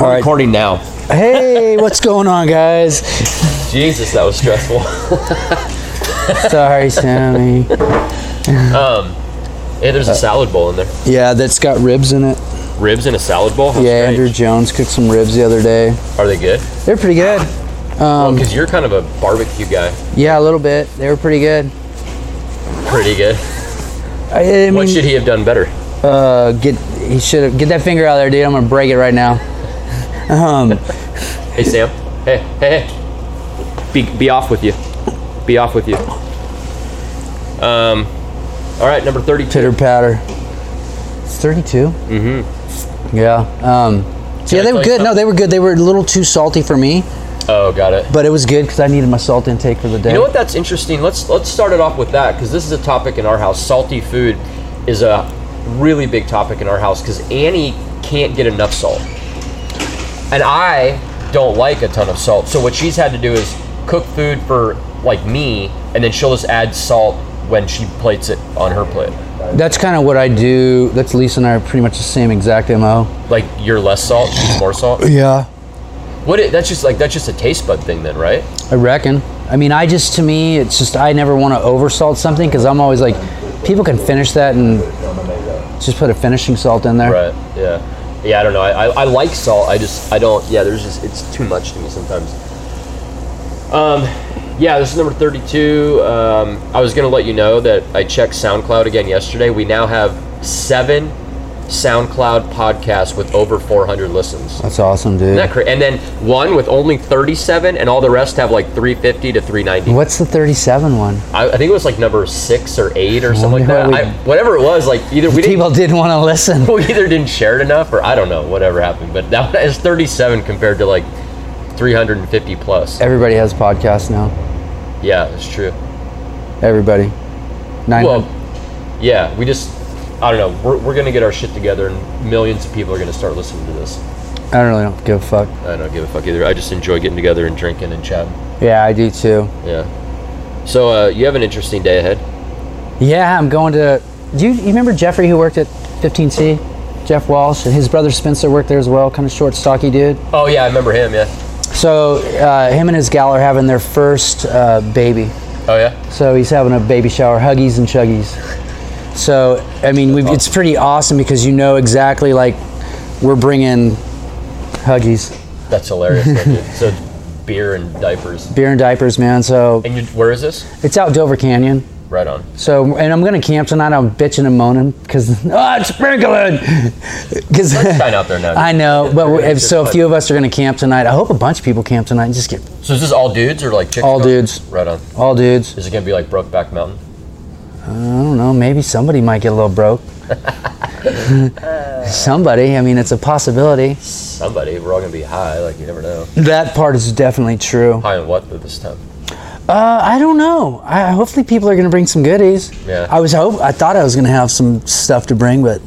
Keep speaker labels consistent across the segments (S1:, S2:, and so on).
S1: We're recording now.
S2: Hey, what's going on, guys?
S1: Jesus, that was stressful.
S2: Sorry, Sammy.
S1: hey,
S2: Uh,
S1: there's a salad bowl in there.
S2: Yeah, that's got ribs in it.
S1: Ribs in a salad bowl? How
S2: Yeah,
S1: strange.
S2: Andrew Jones cooked some ribs the other day.
S1: Are they good?
S2: They're pretty good. Um,
S1: Because you're kind of a barbecue guy.
S2: Yeah, a little bit. They were pretty good.
S1: Pretty good.
S2: I, I mean,
S1: what should he have done better?
S2: uh, get he should have get that finger out of there, dude. I'm gonna break it right now. Um,
S1: Hey, Sam. Hey, hey, hey. Be, be off with you. Be off with you. Um, all right, number 32.
S2: pitter patter. It's 32. Mm-hmm. Yeah. Um, so
S1: Can I
S2: yeah, they
S1: tell
S2: were
S1: you
S2: good. No,
S1: something?
S2: they were good. They were a little too salty for me,
S1: Oh, got it.
S2: but it was good because I needed my salt intake for the day.
S1: You know what? That's interesting. Let's let's start it off with that because this is a topic in our house. Salty food is a really big topic in our house because Annie can't get enough salt, and I don't like a ton of salt. So what she's had to do is cook food for like me, and then she'll just add salt when she plates it on her plate.
S2: That's kind of what I do. That's Lisa and I are pretty much the same exact mo.
S1: Like you're less salt, she's more salt.
S2: Yeah.
S1: What? It, that's just like that's just a taste bud thing, then, right?
S2: I reckon. I mean, I just to me, it's just I never want to oversalt something because I'm always like, people can finish that and just put a finishing salt in there.
S1: Right. Yeah. Yeah. I don't know. I, I, I like salt. I just I don't. Yeah. There's just it's too much to me sometimes. Um, yeah. This is number thirty-two. Um, I was gonna let you know that I checked SoundCloud again yesterday. We now have seven SoundCloud podcasts with over four hundred listens.
S2: That's awesome,
S1: Isn't
S2: dude.
S1: that crazy? And then one with only thirty-seven, and all the rest have like three fifty to three ninety.
S2: What's the 37 one?
S1: I, I think it was like number six or eight or something like
S2: wonder
S1: that.
S2: why
S1: I,
S2: we-
S1: whatever it was, like either we didn't
S2: People didn't want to listen.
S1: we either didn't share it enough or I don't know, whatever happened. But that is 37 compared to like 350 plus.
S2: Everybody has podcasts now.
S1: Yeah, it's true.
S2: Everybody. Nine.
S1: Well, yeah, we just, I don't know. We're, we're going to get our shit together and millions of people are going to start listening to this.
S2: I don't really don't give a fuck.
S1: I don't give a fuck either. I just enjoy getting together and drinking and chatting.
S2: Yeah, I do too.
S1: Yeah. So uh, you have an interesting day ahead.
S2: Yeah, I'm going to. Do you, you remember Jeffrey who worked at 15C? Jeff Walsh and his brother Spencer worked there as well. Kind of short, stocky dude.
S1: Oh, yeah, I remember him, yeah.
S2: So uh, him and his gal are having their first uh, baby.
S1: Oh, yeah?
S2: So he's having a baby shower, huggies and chuggies. So I mean, we've, it's pretty awesome because you know exactly like we're bringing huggies,
S1: That's hilarious. dude. so beer and diapers.
S2: beer and diapers, man. So
S1: And you, where is this?
S2: it's out Dover Canyon.
S1: Right on.
S2: So and I'm gonna camp tonight. I'm bitching and moaning because oh, it's sprinkling. Because
S1: Sign out there now.
S2: I know, but we- if, so a
S1: Fun.
S2: few of us are gonna camp tonight. I hope a bunch of people camp tonight and just get
S1: So is this all dudes or like chicks?
S2: All dudes.
S1: Right on.
S2: all dudes.
S1: Is it gonna be like Brokeback Mountain?
S2: I don't know. Maybe somebody might get a little broke. somebody. I mean, it's a possibility.
S1: Somebody. We're all gonna be high. Like you never know.
S2: That part is definitely true.
S1: High on what though this time?
S2: Uh, I don't know. I, hopefully, people are going to bring some goodies.
S1: Yeah.
S2: I was hope. I thought I was going to have some stuff to bring, but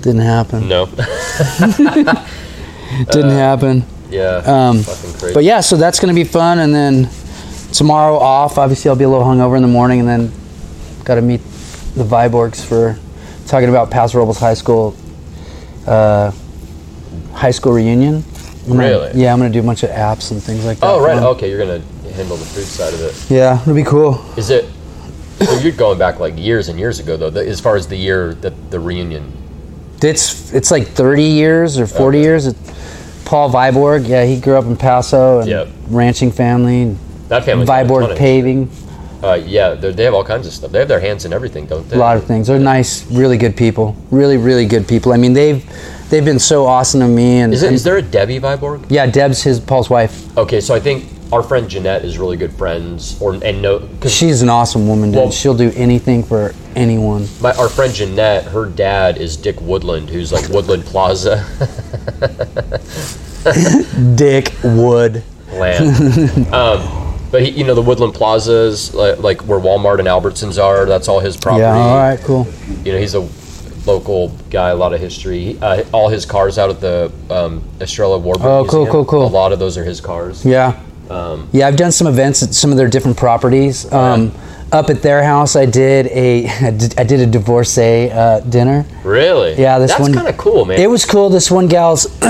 S2: didn't happen.
S1: No. Uh,
S2: Didn't happen.
S1: yeah.
S2: Um,
S1: fucking crazy.
S2: But yeah, so that's going to be fun. And then tomorrow off. Obviously, I'll be a little hungover in the morning, and then got to meet the Viborgs for talking about Paso Robles High School uh, high school reunion. I'm gonna-
S1: Really?
S2: yeah, I'm going to do a bunch of apps and things like that.
S1: oh
S2: for
S1: right.
S2: them.
S1: Okay, you're gonna handle the food side of it.
S2: Yeah, it'll be cool.
S1: Is it? So you're going back like years and years ago though. The, as far as the year that the reunion.
S2: It's it's like 30 years or 40 years. It, Paul Viborg, yeah, he grew up in Paso and
S1: Yep.
S2: ranching family, and
S1: That family.
S2: Viborg paving,
S1: Uh, yeah, they they have all kinds of stuff. They have their hands in everything, don't they?
S2: a lot of things. They're nice, really good people. Really, really good people. I mean, they've they've been so awesome to me. And,
S1: Is, it,
S2: and-
S1: is there a Debbie Viborg?
S2: yeah, Deb's his Paul's wife.
S1: Okay, so I think our friend Jeanette is really good friends, or and no, because
S2: She's an awesome woman, dude.
S1: Well-
S2: She'll do anything for anyone.
S1: My, our friend Jeanette, her dad is Dick Woodland, who's like Woodland Plaza
S2: Dick Wood.
S1: land. um, but he, you know the Woodland Plazas, like, like where Walmart and Albertsons are. That's all his property.
S2: Yeah. All right. Cool.
S1: You know he's a local guy, a lot of history. He- Uh, all his cars out at the um, Estrella Warburg.
S2: Oh, cool,
S1: Museum,
S2: cool, cool.
S1: A lot of those are his cars.
S2: Yeah.
S1: Um,
S2: Yeah, I've done some events at some of their different properties. Um, Up at their house, I did a I did I did a divorcee uh, dinner.
S1: really?
S2: Yeah, this
S1: That's
S2: one
S1: kind of cool, man.
S2: It was cool. This one gal's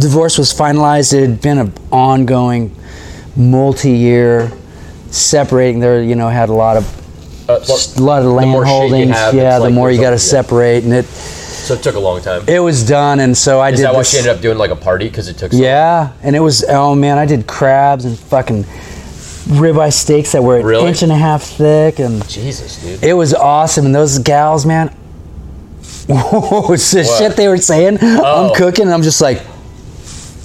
S2: divorce was finalized. It had been an ongoing, multi-year separating. There, you know, had a lot of
S1: Uh, well,
S2: a lot of land
S1: more shit you
S2: holdings.
S1: have,
S2: yeah,
S1: it's
S2: the
S1: like
S2: more you got to
S1: there's a- yeah.
S2: separate, and it
S1: so it took a long time.
S2: it was done. And so I
S1: Is
S2: did.
S1: that why
S2: this-
S1: she ended up doing like a party? Because it took. So
S2: Yeah, and it was oh man, I did crabs and fucking ribeye steaks that were an
S1: Really?
S2: inch and a half thick, and
S1: Jesus, dude.
S2: it was awesome. And those gals, man, whoa, it's the
S1: What?
S2: shit they were saying.
S1: Oh.
S2: I'm cooking, and I'm just like,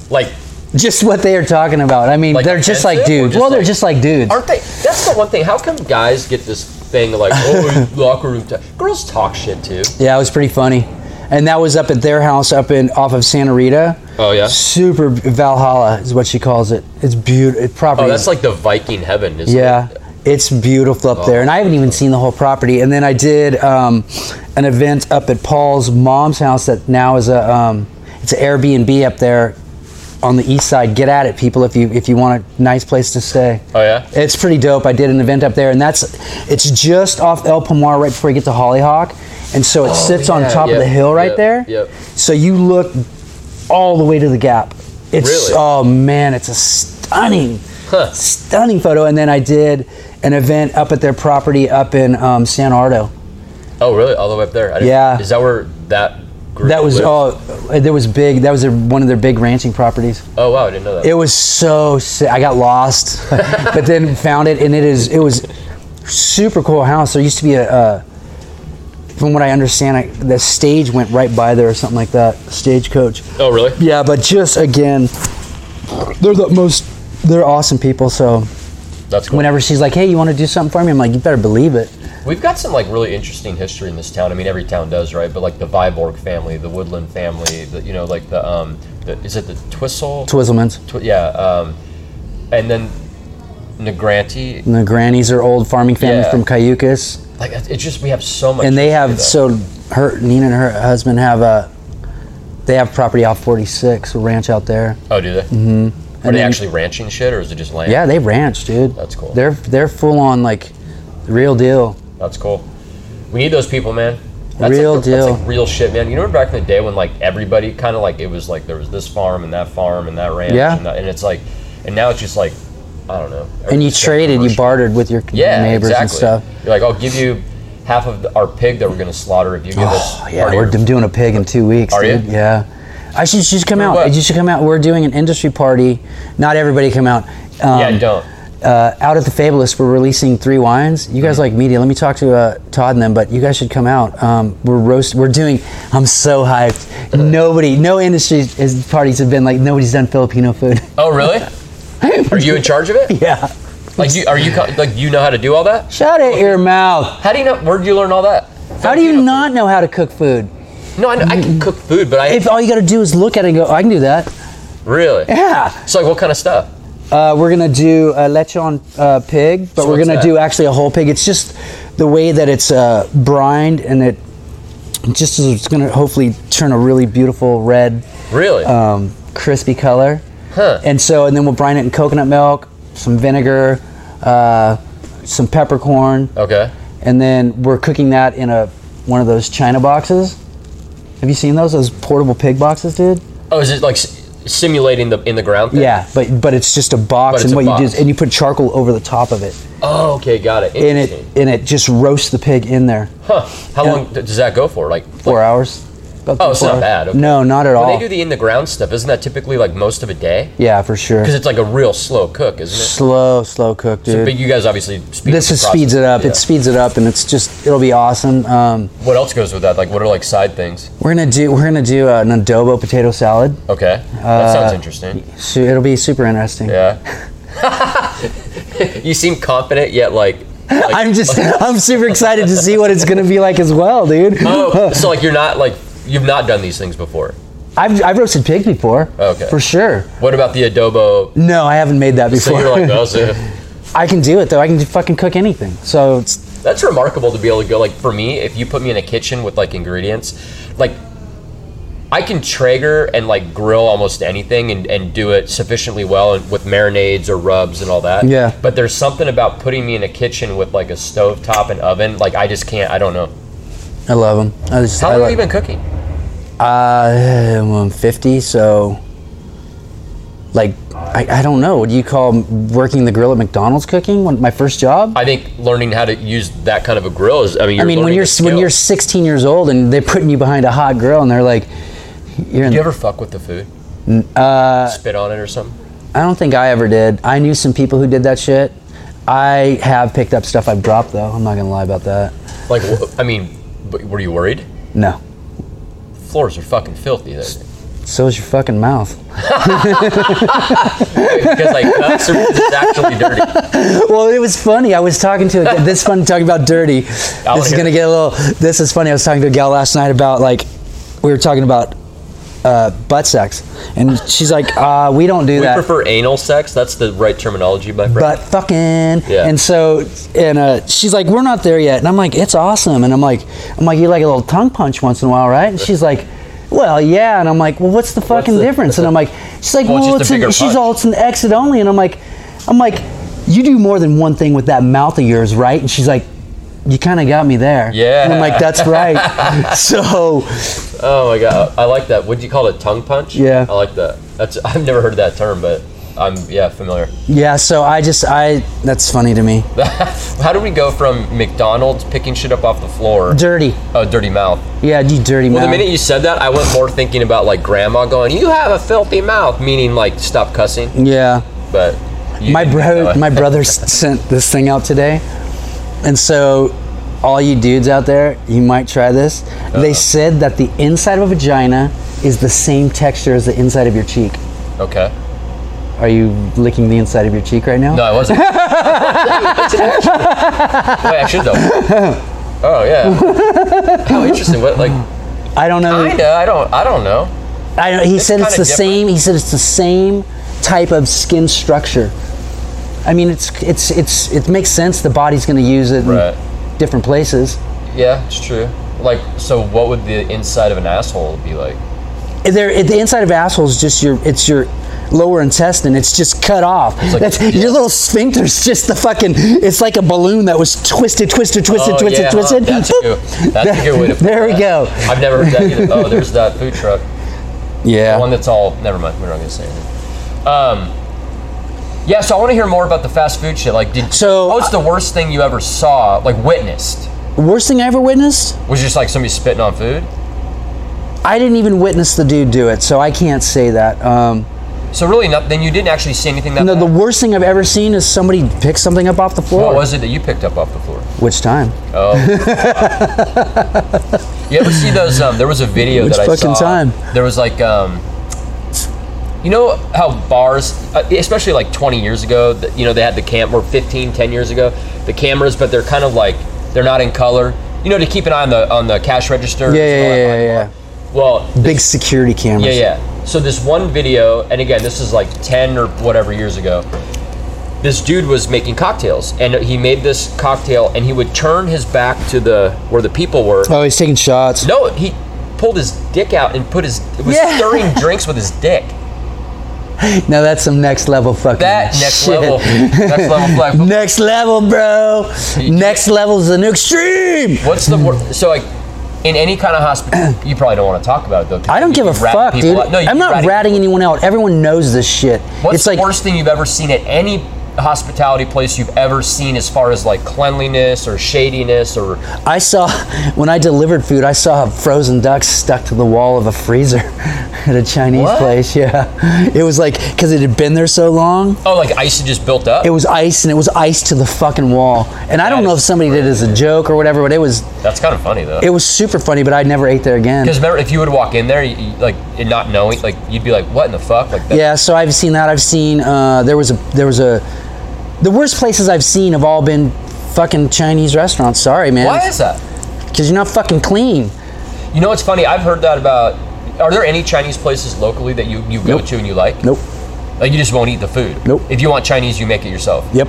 S1: Like,
S2: just what they are talking about. I mean,
S1: Like
S2: they're just like
S1: offensive or
S2: dudes.
S1: just
S2: well, they're
S1: like-
S2: just like dudes.
S1: aren't they? That's the one thing. How come guys get this thing like, oh, locker room? T-? Girls talk shit too.
S2: Yeah, it was pretty funny. And that was up at their house up in off of Santa Rita.
S1: Oh, yeah?
S2: Super Valhalla is what she calls it. It's beautiful property.
S1: Oh, that's like the Viking heaven. Isn't
S2: Yeah,
S1: It?
S2: it's beautiful up there, and I haven't even seen the whole property. And then I did um, an event up at Paul's mom's house that now is a um, it's an Airbnb up there on the east side. Get at it, people, if you if you want a nice place to stay.
S1: Oh yeah.
S2: It's pretty dope. I did an event up there, and that's it's just off El Pomar right before you get to Hollyhock, and so it sits on
S1: Oh, yeah,
S2: top
S1: yep,
S2: of the hill right
S1: yep,
S2: there.
S1: yep.
S2: So you look all the way to the Gap. It's
S1: Really?
S2: oh man, it's a stunning,
S1: Huh.
S2: stunning photo. And then I did an event up at their property up in um, San Ardo.
S1: Oh really? All the way up there. I didn't-
S2: Yeah.
S1: Is that where that? Group
S2: That was
S1: lived?
S2: oh, there was big. That was their, one of their big ranching properties.
S1: Oh wow, I didn't know that.
S2: It was so sick. I got lost, but then found it, and it is it was super cool house. There used to be a, uh, from what I understand, I, the stage went right by there or something like that. Stagecoach.
S1: oh really?
S2: Yeah, but just again, they're the most. They're awesome people. So
S1: That's cool.
S2: whenever she's like, "Hey, you want to do something for me?" I'm like, "You better believe it."
S1: We've got some like really interesting history in this town. I mean, every town does, right? But like the Viborg family, the Woodland family, the you know, like the um, the, is it the Twistle?
S2: Twizzlemans.
S1: Tw- yeah, um, and then Negrante.
S2: And the grannies are old farming family
S1: Yeah.
S2: from Cayucas,
S1: Like it- it's just we have so much.
S2: and they
S1: history
S2: have
S1: that-
S2: so her Nina and her husband have a. They have property off 46, a ranch out there.
S1: Oh, do they? Mm-hmm. Are they
S2: then-
S1: actually ranching shit, or is it just land?
S2: Yeah, they ranch, dude.
S1: That's cool.
S2: They're they're full on like real deal.
S1: That's cool. We need those people, man. That's
S2: Real
S1: like the- that's
S2: deal.
S1: like real shit, man. You remember back in the day when like everybody kind of like it was like there was this farm and that farm and that ranch.
S2: Yeah.
S1: And, that, and it's like, and now it's just like, I don't know.
S2: And you
S1: everything's so
S2: traded, you
S1: commercial.
S2: bartered with your
S1: yeah,
S2: neighbors
S1: exactly.
S2: and stuff.
S1: You're like, I'll give you half of the, our pig that we're gonna slaughter if you give us.
S2: Oh, yeah,
S1: part of
S2: we're
S1: your-
S2: d- doing a pig in two weeks,
S1: Are you?
S2: dude. Yeah. I should, should come out.
S1: what?
S2: You should come out. We're doing an industry party. Not everybody come out. Um,
S1: yeah, don't.
S2: Uh, out at the Fabulous, we're releasing three wines. You guys like media. Let me talk to uh, Todd and them, but you guys should come out. Um, we're roast. We're doing. I'm so hyped. Nobody, no industry is, parties have been like nobody's done Filipino food.
S1: Oh, really? Are you in charge of it?
S2: yeah.
S1: Like, you, are you co- like you know how to do all that?
S2: Shut it, your mouth.
S1: How do you know? Where'd you learn all that?
S2: How do you not know how to cook food?
S1: No, I, know, I can cook food, but I
S2: If all you got to do is look at it and go, "Oh, I can do that.
S1: really.
S2: Yeah.
S1: It's like what kind of stuff?
S2: Uh, we're gonna do a lechon uh, pig, but
S1: So
S2: we're
S1: what's
S2: gonna
S1: that?
S2: do actually a whole pig. It's just the way that it's uh, brined and it just is it's gonna hopefully turn a really beautiful red,
S1: Really?
S2: um, crispy color.
S1: Huh.
S2: And so, and then we'll brine it in coconut milk, some vinegar, uh, some peppercorn,
S1: okay.
S2: and then we're cooking that in a one of those china boxes. Have you seen those? Those portable pig boxes, dude.
S1: Oh, is it like s- simulating the in the ground? Thing?
S2: Yeah, but but it's just a box,
S1: it's
S2: and
S1: a
S2: what you do is
S1: box.
S2: and you put charcoal over the top of it,
S1: Oh, okay, got it.
S2: and
S1: Interesting.
S2: it and it just roasts the pig in there.
S1: huh? How long th- does that go for? Like
S2: Four hours. About
S1: Oh,
S2: three,
S1: it's
S2: four
S1: not
S2: hours.
S1: bad, okay.
S2: No, not at all.
S1: When they do the in the ground stuff, isn't that typically like most of a day?
S2: yeah, for sure.
S1: Because it's like a real slow cook, isn't it?
S2: Slow, slow cook, dude.
S1: But you guys obviously speed
S2: this
S1: up the
S2: is
S1: process.
S2: speeds it up.
S1: Yeah.
S2: It speeds it up, and it's just it'll be awesome. Um,
S1: what else goes with that? Like what are like side things?
S2: we're gonna do we're gonna do an adobo potato salad.
S1: Okay,
S2: Uh,
S1: that sounds interesting.
S2: So it'll be super interesting.
S1: Yeah. you seem confident yet like. like-
S2: I'm just I'm super excited to see what it's gonna be like as well, dude.
S1: oh, so like you're not like you've not done these things before.
S2: I've I've roasted pig before.
S1: Okay.
S2: For sure.
S1: What about the adobo?
S2: No, I haven't made that
S1: So
S2: before.
S1: you're like, oh. "That's it."
S2: I can do it though. I can fucking cook anything. So it's
S1: That's remarkable to be able to go like for me, if you put me in a kitchen with like ingredients, like I can Traeger and like grill almost anything and, and do it sufficiently well and with marinades or rubs and all that.
S2: Yeah.
S1: But there's something about putting me in a kitchen with like a stove top and oven. Like I just can't. I don't know.
S2: I love them. I just,
S1: How
S2: I
S1: long have
S2: like-
S1: you been cooking?
S2: Uh, well, I'm 50, so like I, I don't know. What do you call working the grill at McDonald's cooking? When, my first job.
S1: I think learning how to use that kind of a grill is. I mean, you're
S2: I mean, when
S1: learning
S2: you're
S1: a
S2: s- when
S1: skill.
S2: you're 16 years old and they're putting you behind a hot grill and they're like, "You're in
S1: Do you ever fuck with the food? Uh, Spit on it or something?
S2: I don't think I ever did. I knew some people who did that shit. I have picked up stuff I've dropped though. I'm not gonna lie about that.
S1: Like, wh- I mean, but were you worried?
S2: No.
S1: Floors are fucking filthy there.
S2: So is your fucking mouth.
S1: Because like cups are it's actually dirty.
S2: Well, it was funny. I was talking to a, this one talking about dirty.
S1: I wanna
S2: this is
S1: hear
S2: gonna
S1: it.
S2: get a little. This is funny. I was talking to a gal last night about like we were talking about uh, butt sex, and she's like, uh, "We don't do
S1: We
S2: that."
S1: prefer anal sex. That's the right terminology, my friend.
S2: but fucking
S1: Yeah.
S2: and so and uh, she's like we're not there yet and i'm like it's awesome and i'm like i'm like you like a little tongue punch once in a while right and she's like well yeah and i'm like well what's the fucking
S1: the-
S2: difference and i'm like she's like
S1: Well, it's
S2: well,
S1: just
S2: it's
S1: a
S2: an,
S1: bigger
S2: she's
S1: punch."
S2: all it's an exit only and i'm like i'm like you do more than one thing with that mouth of yours right and she's like you kind of got me there
S1: Yeah.
S2: and i'm like that's right so
S1: oh my god, I like that. What'd you call it? Tongue punch?
S2: Yeah.
S1: I like that. That's I've never heard that term, but I'm yeah familiar.
S2: yeah so i just i that's funny to me
S1: How do we go from McDonald's picking shit up off the floor?
S2: dirty
S1: oh, dirty mouth.
S2: yeah you dirty
S1: Well,
S2: mouth
S1: the minute you said that, I went more thinking about like grandma going, "You have a filthy mouth," meaning like stop cussing.
S2: yeah
S1: But you
S2: my
S1: didn't know
S2: bro,
S1: it.
S2: my brother s- sent this thing out today, and so all you dudes out there, you might try this.
S1: Uh-huh.
S2: They said that the inside of a vagina is the same texture as the inside of your cheek.
S1: okay.
S2: Are you licking the inside of your cheek right now?
S1: No, I wasn't. That's an action. Wait, I should though. Oh yeah. How interesting. What like?
S2: I don't know.
S1: Kinda. I don't. I don't know.
S2: I don't, he said it's
S1: kinda different.
S2: the same. He said it's the same type of skin structure. I mean, it's it's it's it makes sense. The body's going to use it
S1: Right.
S2: in different places.
S1: Yeah, it's true. Like, so what would the inside of an asshole be like?
S2: there the inside of asshole is just your it's your lower intestine it's just cut off
S1: like-
S2: That's, your little sphincter's just the fucking it's like a balloon that was twisted twisted twisted
S1: Oh,
S2: twisted
S1: yeah, huh,
S2: twisted
S1: That's,
S2: Boop.
S1: good. that's a good way to put
S2: There we
S1: that.
S2: go.
S1: I've never heard that either. Oh, there's that food truck.
S2: yeah
S1: One that's all. Never mind. We're not gonna say anything. Um. Yeah, so I want to hear more about the fast food shit. Like, did
S2: So-
S1: what's the worst thing you ever saw, like witnessed?
S2: worst thing i ever witnessed
S1: Was just like somebody spitting on food.
S2: i didn't even witness the dude do it so i can't say that um
S1: So really, not, then you didn't actually see anything that.
S2: no, the
S1: bad.
S2: worst thing i've ever seen is somebody pick something up off the floor
S1: what was it that you picked up off the floor?
S2: which time
S1: You ever see those? Um, there was a video
S2: Which
S1: that I
S2: fucking
S1: saw.
S2: time?
S1: There was like, um, you know how bars, uh, especially like 20 years ago, th- you know they had the cam or 15, 10 years ago, the cameras, but they're kind of like they're not in color. You know to keep an eye on the on the cash register.
S2: yeah
S1: and all
S2: yeah
S1: that blah,
S2: yeah yeah, yeah.
S1: blah. Well,
S2: big security cameras
S1: yeah, yeah. So this one video, and again, this is like ten or whatever years ago. This dude was making cocktails, and he made this cocktail, and he would turn his back to the where the people were.
S2: oh he's taking shots
S1: No, he pulled his dick out and put his was
S2: Yeah.
S1: stirring drinks with his dick.
S2: now that's some next level fucking
S1: That next
S2: shit.
S1: level, next level flag. But
S2: Next level, bro. Next level's an extreme.
S1: What's the wor- so like in any kind of hospital? You probably don't want to talk about it though. 'cause
S2: I don't
S1: you-
S2: give
S1: you
S2: a
S1: rat
S2: fuck,
S1: people
S2: dude.
S1: out. No, you
S2: I'm not
S1: ratting-
S2: ratting anyone out. Everyone knows this shit.
S1: What's
S2: it's
S1: the
S2: like
S1: worst thing you've ever seen at any hospitality place you've ever seen as far as like cleanliness or shadiness or
S2: I saw when I delivered food, I saw frozen ducks stuck to the wall of a freezer at a Chinese
S1: What?
S2: place. Yeah, it was like because it had been there so long.
S1: oh like ice just built up?
S2: It was ice, and it was ice to the fucking wall. And I
S1: That
S2: don't know
S1: is
S2: if somebody did it as a joke or whatever, but it was
S1: That's kind of funny though.
S2: it was super funny. But I never ate there again.
S1: Because remember, if you would walk in there, you, you- like and not knowing, like you'd be like, "What in the fuck?" Like, that,
S2: Yeah, so I've seen that. I've seen uh, there was a there was a the worst places I've seen have all been fucking Chinese restaurants. Sorry,
S1: why
S2: man,
S1: is that?
S2: because you're not fucking clean.
S1: You know what's funny? I've heard that about. Are there any Chinese places locally that you, you go
S2: Nope.
S1: to and you like?
S2: Nope.
S1: Like you just won't eat the food.
S2: Nope.
S1: If you want Chinese, you make it yourself.
S2: Yep.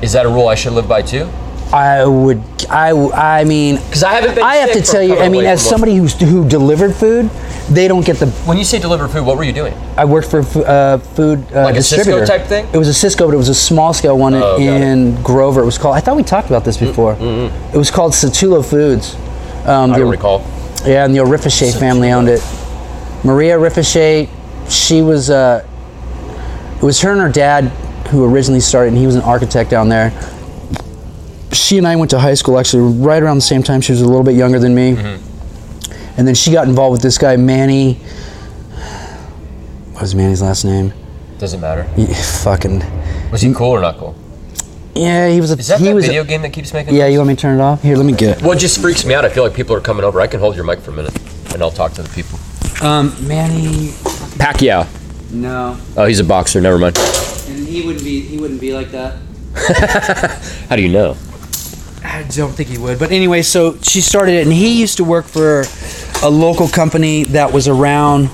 S1: Is that a rule I should live by too?
S2: I would. I. w- I mean,
S1: Because I haven't been.
S2: I have
S1: sick
S2: to
S1: for
S2: tell you.
S1: coming
S2: I mean,
S1: away
S2: as
S1: from-
S2: somebody who's who delivered food, they don't get the.
S1: when you say delivered food, what were you doing?
S2: I worked for a fu- uh, food uh,
S1: Like a Cisco
S2: distributor
S1: type thing?
S2: It was a Cisco, but it was a small scale one
S1: Oh, got it.
S2: in Grover. It was called. I thought we talked about this before. It was called Satulo Foods. Um,
S1: I
S2: the-
S1: don't recall.
S2: Yeah, and the Orifichet family owned it. Maria Orifichet, she was, uh, it was her and her dad who originally started, and he was an architect down there. She and I went to high school actually right around the same time. She was a little bit younger than me.
S1: Mm-hmm.
S2: And then she got involved with this guy, Manny. What was Manny's last name?
S1: Doesn't matter.
S2: He- fucking.
S1: Was he cool or not cool?
S2: Yeah, he was a.
S1: Is that
S2: he
S1: that
S2: was a-
S1: video game that keeps making?
S2: yeah,
S1: noise?
S2: you want me to turn it off? Here, let me get it.
S1: Well, it just freaks me out. I feel like people are coming over. I can hold your mic for a minute, and I'll talk to the people.
S2: Um, Manny.
S1: Pacquiao.
S2: No.
S1: Oh, he's a boxer. Never mind.
S2: And he wouldn't be, he wouldn't be like that.
S1: How do you know?
S2: I don't think he would. But anyway, so she started it, and he used to work for a local company that was around.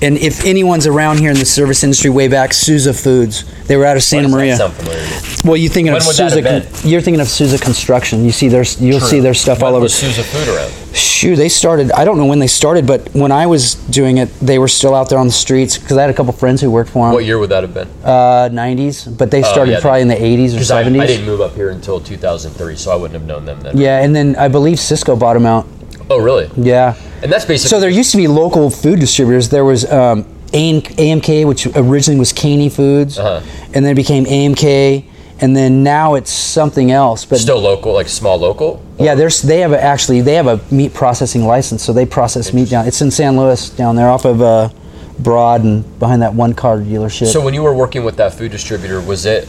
S2: And if anyone's around here in the service industry way back, Sousa Foods. They were out of Santa
S1: Why
S2: Maria.
S1: does that sound familiar to you?
S2: Well, you thinking
S1: When
S2: of
S1: would that
S2: Sousa?
S1: have
S2: you're thinking of Sousa Construction. You see their, you'll see their stuff
S1: When
S2: all over.
S1: was Sousa food around.
S2: Shoot, they started. I don't know when they started, but when I was doing it, they were still out there on the streets because I had a couple friends who worked for them.
S1: What year would that have been?
S2: Uh, 90s, but they started
S1: yeah,
S2: probably in the 80s or
S1: 'Cause I,
S2: 70s.
S1: I didn't move up here until 2003, so I wouldn't have known them then.
S2: yeah, and then I believe Cisco bought them out.
S1: Oh, really?
S2: Yeah.
S1: And that's basically.
S2: So there used to be local food distributors. There was um, AM, AMK, which originally was Caney Foods,
S1: Uh-huh.
S2: and then it became AMK, and then now it's something else. But
S1: still local, like small local.
S2: yeah, there's they have a, actually they have a meat processing license, so they process meat down. It's in San Luis down there, off of uh, Broad and behind that one car dealership.
S1: So when you were working with that food distributor, was it?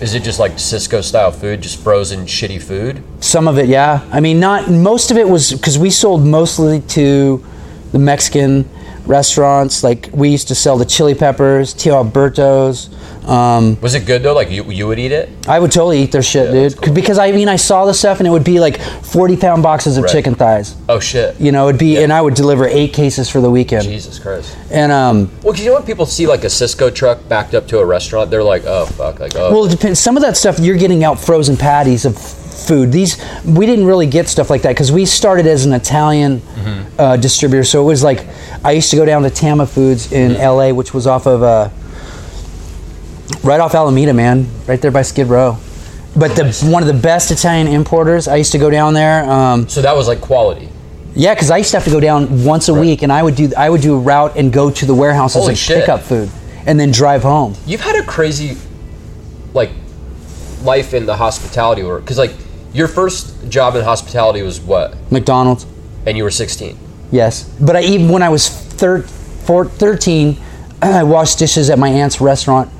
S1: Is it just like Cisco style food, just frozen shitty food?
S2: Some of it, yeah. I mean, not most of it was because we sold mostly to the Mexican restaurants. Like we used to sell the chili peppers, Tio Alberto's. Um,
S1: Was it good though? Like you, you would eat it?
S2: I would totally eat their shit,
S1: that's
S2: dude. C- Because I mean, I saw the stuff, and it would be like forty-pound boxes of
S1: Right.
S2: chicken thighs.
S1: Oh shit!
S2: You know, it'd be,
S1: Yeah.
S2: and I would deliver eight cases for the weekend.
S1: Jesus Christ!
S2: And um,
S1: Well, 'cause you know when people see like a Cisco truck backed up to a restaurant, they're like, "Oh fuck!" Like, oh,
S2: well, it depends. Some of that stuff you're getting out frozen patties of food. These we didn't really get stuff like that because we started as an Italian
S1: Mm-hmm.
S2: uh, distributor, so it was like I used to go down to Tama Foods in L.A., which was off of uh, right off Alameda, man, right there by Skid Row. But the, one of the best Italian importers, I used to go down there. Um,
S1: so that was like quality.
S2: Yeah, because I used to have to go down once a week, and I would do I would do a route and go to the warehouses
S1: Holy
S2: and
S1: shit.
S2: pick up food, and then drive home.
S1: You've had a crazy, like, life in the hospitality work because like your first job in hospitality was what,
S2: McDonald's,
S1: and you were 16.
S2: yes. But I even when I was thir- four, 13, I washed dishes at my aunt's restaurant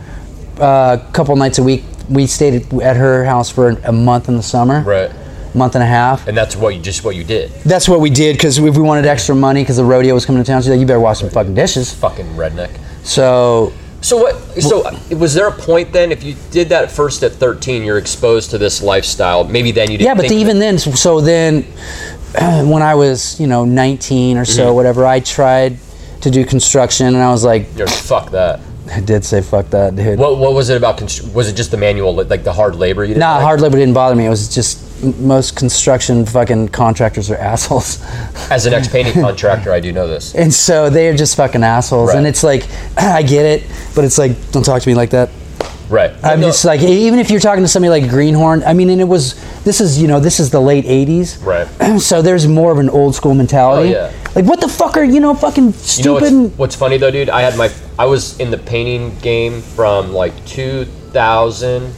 S2: uh, a couple nights a week. We stayed at- at her house for a month in the summer,
S1: Right.
S2: month and a half.
S1: And that's what you just what you did.
S2: That's what we did because we, we wanted extra money because the rodeo was coming to town. She's like, "You better wash some fucking dishes."
S1: Fucking redneck.
S2: So
S1: So what? So was there a point then? If you did that first at 13, you're exposed to this lifestyle. Maybe then you didn't.
S2: Yeah, but
S1: think
S2: the,
S1: that-
S2: even then, so- so then, uh, when I was you know 19 or
S1: Mm-hmm.
S2: so, whatever, I tried to do construction, and I was like,
S1: you're like, fuck that.
S2: I did say fuck that, dude.
S1: What what was it about? constr- Was it just the manual, like the hard labor? You didn't
S2: nah,
S1: like?
S2: hard labor didn't bother me. It was just m- most construction fucking contractors are assholes,
S1: As an ex painting contractor, I do know this.
S2: and so they are just fucking assholes.
S1: Right.
S2: And it's like, I get it, but it's like, don't talk to me like that.
S1: Right.
S2: I'm
S1: No,
S2: just uh, like, even if you're talking to somebody like Greenhorn, I mean, and it was, this is, you know, this is the late 80s.
S1: Right.
S2: so there's more of an old school mentality.
S1: Oh, yeah.
S2: Like, what the fuck are, you know, fucking
S1: you know
S2: stupid.
S1: what's, what's funny though, dude? I had my I was in the painting game from like 2000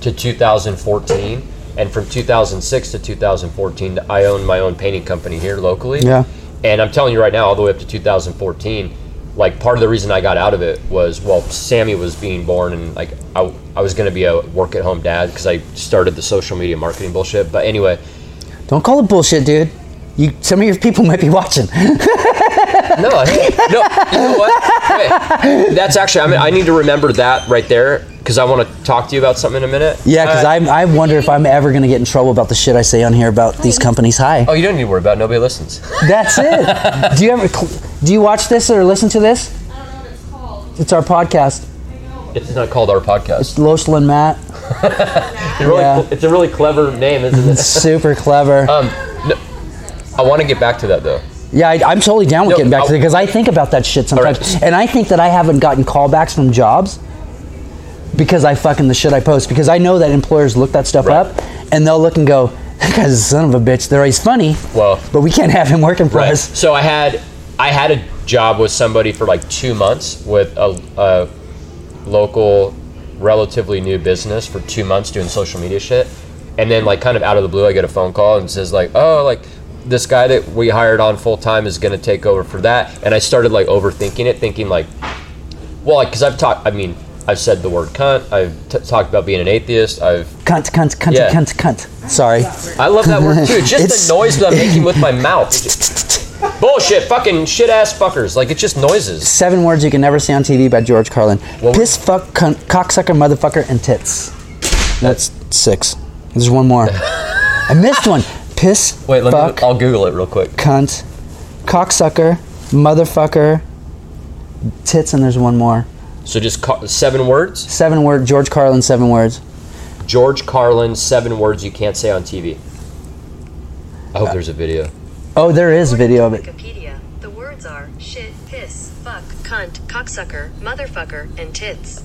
S1: to 2014, and from 2006 to 2014, I owned my own painting company here locally.
S2: Yeah.
S1: And I'm telling you right now, all the way up to 2014, like part of the reason I got out of it was well, Sammy was being born, and like I, I was going to be a work at home dad because I started the social media marketing bullshit. But anyway,
S2: Don't call it bullshit, dude. You, some of your people might be watching.
S1: No, hey, no. You know what? Wait, that's actually. I mean, I need to remember that right there because I want to talk to you about something in a minute.
S2: yeah, because
S1: Uh,
S2: I, I wonder if I'm ever going to get in trouble about the shit I say on here about these companies. Hi.
S1: Oh, you don't need to worry about. it. Nobody listens.
S2: That's it. do you ever, cl- do you watch this or listen to this?
S3: I don't know what it's called.
S2: It's our podcast,
S1: It's not called our podcast.
S2: Loshla and Matt.
S1: It's a really,
S2: Yeah.
S1: cl- it's a really clever name, isn't it?
S2: Super clever.
S1: Um, no, I want to get back to that though.
S2: Yeah, I, I'm totally down with
S1: No,
S2: getting back to
S1: I'll-
S2: it because I think about that shit sometimes,
S1: Alright.
S2: and I think that I haven't gotten callbacks from jobs because I fucking the shit I post because I know that employers look that stuff
S1: Right.
S2: up and they'll look and go, "That guy's a son of a bitch." They're he's funny,
S1: Well-
S2: but we can't have him working for
S1: Right.
S2: us.
S1: So I had I had a job with somebody for like two months with a, a local, relatively new business for two months doing social media shit, and then like kind of out of the blue, I get a phone call and it says like, oh, like this guy that we hired on full time is going to take over for that, and I started like overthinking it, thinking like, well, like because I've talked, I mean. I've said the word cunt. I've t- talked about being an atheist. I've
S2: Cunt, cunt, cunt,
S1: Yeah.
S2: cunt, cunt. Sorry.
S1: I love that word too. Just
S2: It's-
S1: the noise that I'm making with my mouth. Bullshit, fucking shit ass fuckers. Like it's just noises.
S2: Seven words you can never see on TV by George Carlin:
S1: What
S2: piss, fuck, cunt, cocksucker, motherfucker, and tits. That's six. There's one more. I missed one. Piss.
S1: Wait, let
S2: fuck,
S1: me. I'll Google it real quick.
S2: cunt, cocksucker, motherfucker, tits, and there's one more.
S1: So just ca- seven words.
S2: Seven word George Carlin, seven words.
S1: George Carlin. Seven words you can't say on TV. I hope there's a video.
S2: Oh, there is video of it.
S3: Wikipedia. The words are shit, piss, fuck, cunt, cocksucker, motherfucker, and tits.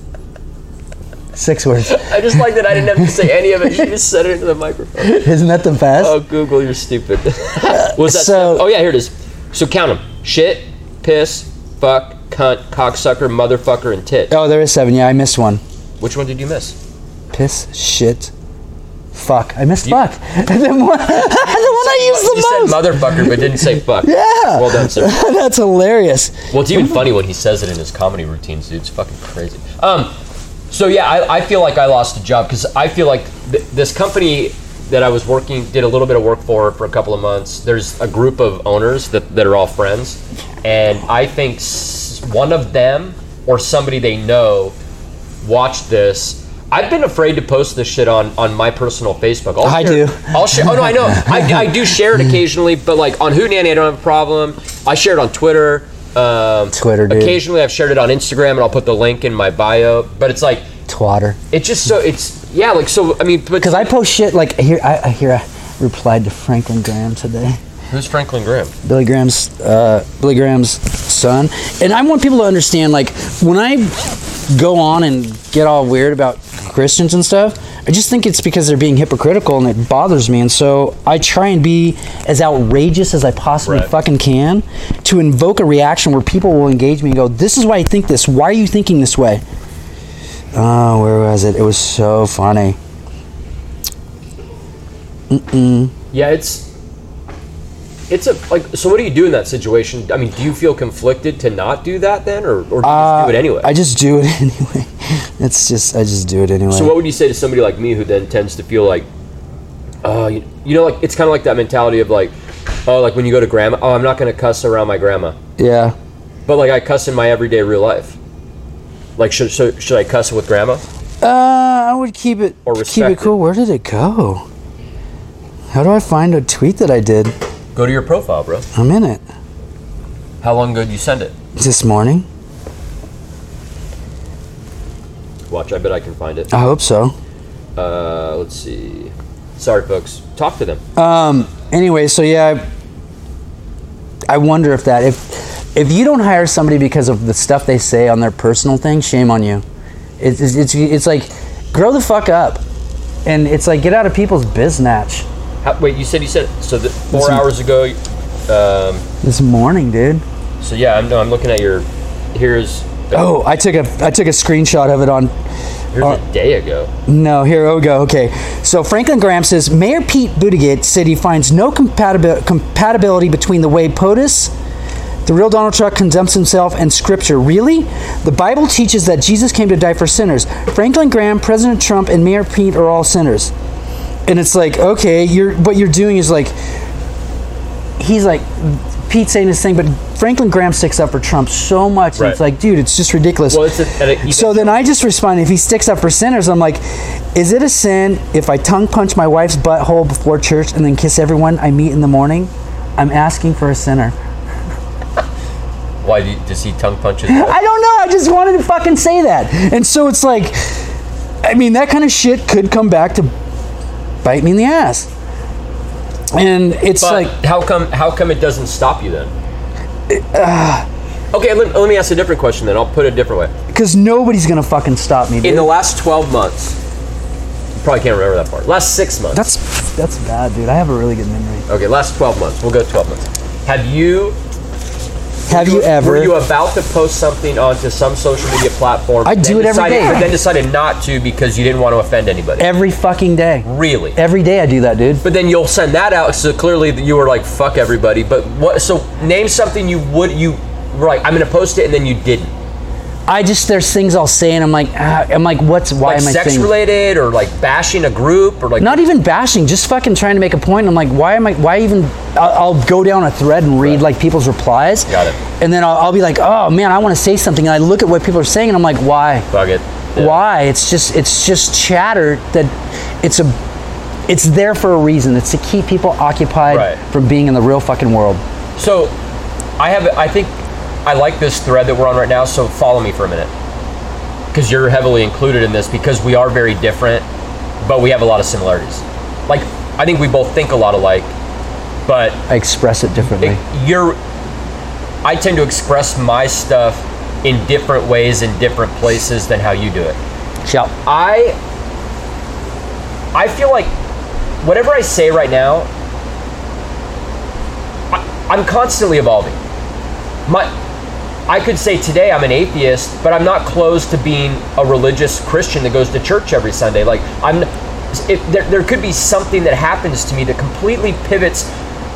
S2: Six words.
S1: I just like that I didn't have to say any of it. You just said it into the microphone.
S2: Isn't that the best?
S1: Oh, Google, you're stupid. Was that?
S2: so-
S1: oh yeah, here it is. So count them: shit, piss, fuck, cunt, cocksucker, motherfucker, and tit.
S2: Oh, there is seven. Yeah, I missed one.
S1: Which one did you miss?
S2: Piss, shit, fuck. I missed
S1: You-
S2: fuck. the one, the one I used the
S1: you
S2: most.
S1: said motherfucker, but didn't say fuck. Yeah. Well done, sir.
S2: That's hilarious.
S1: Well, it's even funny when he says it in his comedy routines, dude. It's fucking crazy. Um, so yeah, I, I feel like I lost a job because I feel like th- this company that I was working did a little bit of work for for a couple of months. There's a group of owners that, that are all friends, and I think s- one of them or somebody they know watched this. I've been afraid to post this shit on, on my personal Facebook. I'll
S2: I
S1: share-
S2: do.
S1: I'll share. Oh no, I know. I, I do share it occasionally, but like on Who Nanny, I don't have a problem. I share it on Twitter. Um,
S2: Twitter, dude.
S1: Occasionally, I've shared it on Instagram, and I'll put the link in my bio. But it's like
S2: Twatter.
S1: it's just so it's yeah, like so. I mean,
S2: Because I post shit like here. I, I here. I replied to Franklin Graham today.
S1: who's Franklin Graham?
S2: Billy Graham's uh, Billy Graham's son, and I want people to understand. Like when I go on and get all weird about Christians and stuff, I just think it's because they're being hypocritical and it bothers me. And so I try and be as outrageous as I possibly
S1: Right.
S2: fucking can to invoke a reaction where people will engage me and go, "This is why I think this. Why are you thinking this way?" Oh, where was it? It was so funny.
S1: Yeah, it's it's a like. So what do you do in that situation? I mean, do you feel conflicted to not do that then, or, or do you just do it anyway?
S2: Uh, I just do it anyway. It's just I just do it anyway.
S1: So what would you say to somebody like me who then tends to feel like, uh, you, you know, like it's kind of like that mentality of like, oh, like when you go to grandma, oh, I'm not gonna cuss around my grandma,
S2: yeah.
S1: but like I cuss in my everyday real life. Like should should, should I cuss with grandma?
S2: Uh, I would keep it
S1: Or
S2: keep
S1: respect
S2: it
S1: it.
S2: cool. Where did it go? How do I find a tweet that I did?
S1: Go to your profile, bro.
S2: I'm in it
S1: How long ago did you send it?
S2: this morning.
S1: Watch, I bet I can find it.
S2: I hope so.
S1: Uh, let's see. Sorry, folks. Talk to them.
S2: Um. Anyway, so yeah, I, I wonder if that if if you don't hire somebody because of the stuff they say on their personal thing, shame on you. It's it's it's, it's like grow the fuck up, and it's like get out of people's biznatch.
S1: How, wait, you said you said so the, four
S2: Listen.
S1: hours ago. Um,
S2: This morning, dude.
S1: so yeah, I'm, no, I'm looking at your. Here's
S2: Oh, I took a I took a screenshot of it on
S1: here's
S2: oh.
S1: a day ago.
S2: No, here we go. Okay. So Franklin Graham says Mayor Pete Buttigieg said he finds no compatibi- compatibility between the way POTUS, the real Donald Trump, condemns himself and Scripture. Really? The Bible teaches that Jesus came to die for sinners. Franklin Graham, President Trump, and Mayor Pete are all sinners. And it's like, okay, you're what you're doing is like he's like Pete's saying this thing, but Franklin Graham sticks up for Trump so much. And it's
S1: Right.
S2: like, dude, it's just ridiculous.
S1: Well, it's a, at a,
S2: So then I just respond if he sticks up for sinners, I'm like, is it a sin if I tongue punch my wife's butthole before church and then kiss everyone I meet in the morning? I'm asking for a sinner.
S1: Why do you, does he tongue punch his
S2: I don't know. I just wanted to fucking say that. And so it's like, I mean, that kind of shit could come back to bite me in the ass. And it's
S1: But
S2: like, Uh,
S1: how come how come it doesn't stop you then? okay, let, let me ask a different question then. I'll put it a different way.
S2: because nobody's gonna fucking stop me, dude.
S1: In the last 12 months, you probably can't remember that part. Last six months.
S2: that's that's bad, dude. I have a really good memory.
S1: okay, last 12 months. We'll go 12 months. Have you
S2: Have you ever?
S1: Were you about to post something onto some social media platform?
S2: I
S1: but
S2: do
S1: then
S2: it every
S1: decided,
S2: day.
S1: But then decided not to because you didn't want to offend anybody.
S2: every fucking day.
S1: really?
S2: Every day I do that, dude.
S1: But then you'll send that out. So clearly that you were like, "Fuck everybody." But what? So name something you would you were like. I'm gonna post it, and then you didn't.
S2: I just there's things I'll say and I'm like, ah, I'm like, what's why
S1: Like
S2: am I
S1: sex
S2: saying?
S1: related, or like bashing a group, or like
S2: Not even bashing, just fucking trying to make a point. I'm like, why am I? Why even? I'll, I'll go down a thread and read like people's replies.
S1: Got it.
S2: And then I'll, I'll be like, oh man, I want to say something. And I look at what people are saying and I'm like, why?
S1: fuck it. Yeah.
S2: Why? It's just it's just chatter that it's a it's there for a reason. It's to keep people occupied
S1: Right.
S2: from being in the real fucking world.
S1: So I have. I think I like this thread that we're on right now. So follow me for a minute because you're heavily included in this because we are very different, but we have a lot of similarities. Like I think we both think a lot alike, but
S2: I express it differently.
S1: it, you're I tend to express my stuff in different ways in different places than how you do it.
S2: Shout.
S1: I I feel like whatever I say right now I, I'm constantly evolving. My I could say today I'm an atheist, but I'm not closed to being a religious Christian that goes to church every Sunday. Like I'm if there, there could be something that happens to me that completely pivots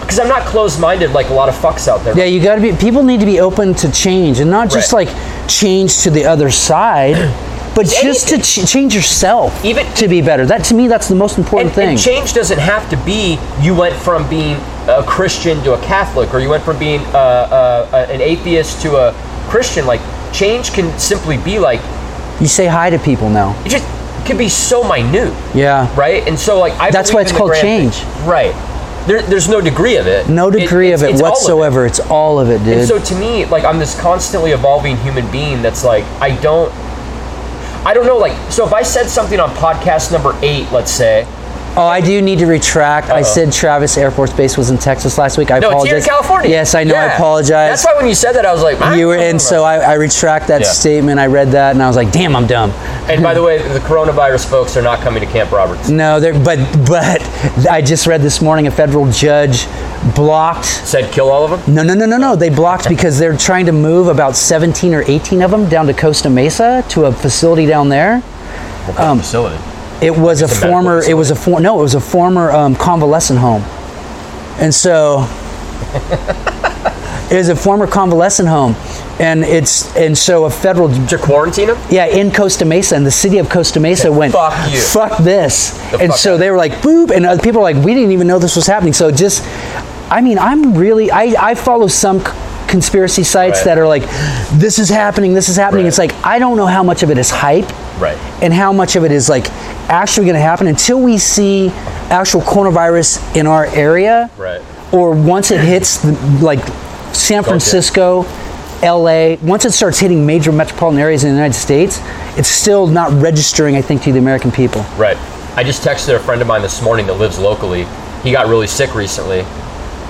S1: because I'm not closed-minded like a lot of fucks out there.
S2: Yeah, you got to be. People need to be open to change, and not just
S1: Right.
S2: like change to the other side, but just to ch- change yourself,
S1: Even-
S2: to be better. That to me, that's the most important
S1: and,
S2: thing.
S1: and change doesn't have to be you went from being a Christian to a Catholic, or you went from being uh, uh, uh, an atheist to a Christian. Like change can simply be like
S2: you say hi to people now.
S1: it just could be so minute,
S2: Yeah.
S1: right? And so like I
S2: That's
S1: believe
S2: why it's
S1: in the
S2: called
S1: grand thing.
S2: change.
S1: right? There, there's no degree of it.
S2: No
S1: It-
S2: degree
S1: it's-
S2: of it
S1: it's all
S2: whatsoever. It's all of it, dude.
S1: and so to me, like I'm this constantly evolving human being that's like I don't I don't know like so if I said something on podcast number 8, let's say,
S2: oh, I do need to retract. I said Travis Air Force Base was in Texas last week. I
S1: no, it's
S2: apologize.
S1: here in California.
S2: Yes, I know. I
S1: Yeah.
S2: apologize.
S1: That's why when you said that I was like
S2: you were, and so I, I retract that
S1: Yeah.
S2: statement. I read that, and I was like, "Damn, I'm dumb."
S1: And by the way, the coronavirus folks are not coming to Camp Roberts.
S2: No, there- but but I just read this morning a federal judge blocked.
S1: Said kill all of them?
S2: No, no, no, no, no. They blocked because they're trying to move about 17 or 18 of them down to Costa Mesa to a facility down there.
S1: Um, facility.
S2: It was a
S1: a medical
S2: former. It was a for, no. It was a former um, convalescent home, and so it was a former convalescent home, and it's and so a federal
S1: To quarantine them?
S2: yeah, in Costa Mesa, and the city of Costa Mesa went,
S1: fuck you.
S2: fuck this.
S1: The
S2: and
S1: fuck
S2: so
S1: out.
S2: they were like, boop, and other people were like, we didn't even know this was happening. So just, I mean, I'm really, I, I follow some c- conspiracy sites
S1: Right.
S2: that are like, this is happening, this is happening.
S1: Right.
S2: It's like, I don't know how much of it is hype
S1: Right.
S2: and how much of it is like actually going to happen until we see actual coronavirus in our area
S1: Right.
S2: or once it hits the, like San Francisco, LA, once it starts hitting major metropolitan areas in the United States, it's still not registering, I think, to the American people.
S1: Right. I just texted a friend of mine this morning that lives locally. He got really sick recently,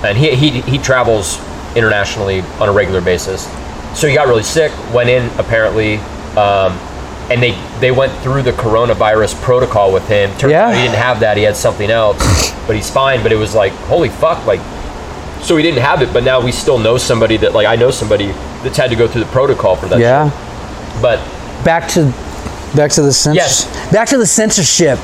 S1: and he he, he travels internationally on a regular basis. So he got really sick, went in apparently, um, and they they went through the coronavirus protocol with him. Turns
S2: Yeah.
S1: out he didn't have that; he had something else, but he's fine. But it was like, holy fuck, like. So he didn't have it, but now we still know somebody that, like, I know somebody that's had to go through the protocol for that.
S2: Yeah.
S1: shit. But
S2: Back to back to the censor-
S1: Yes.
S2: back to the censorship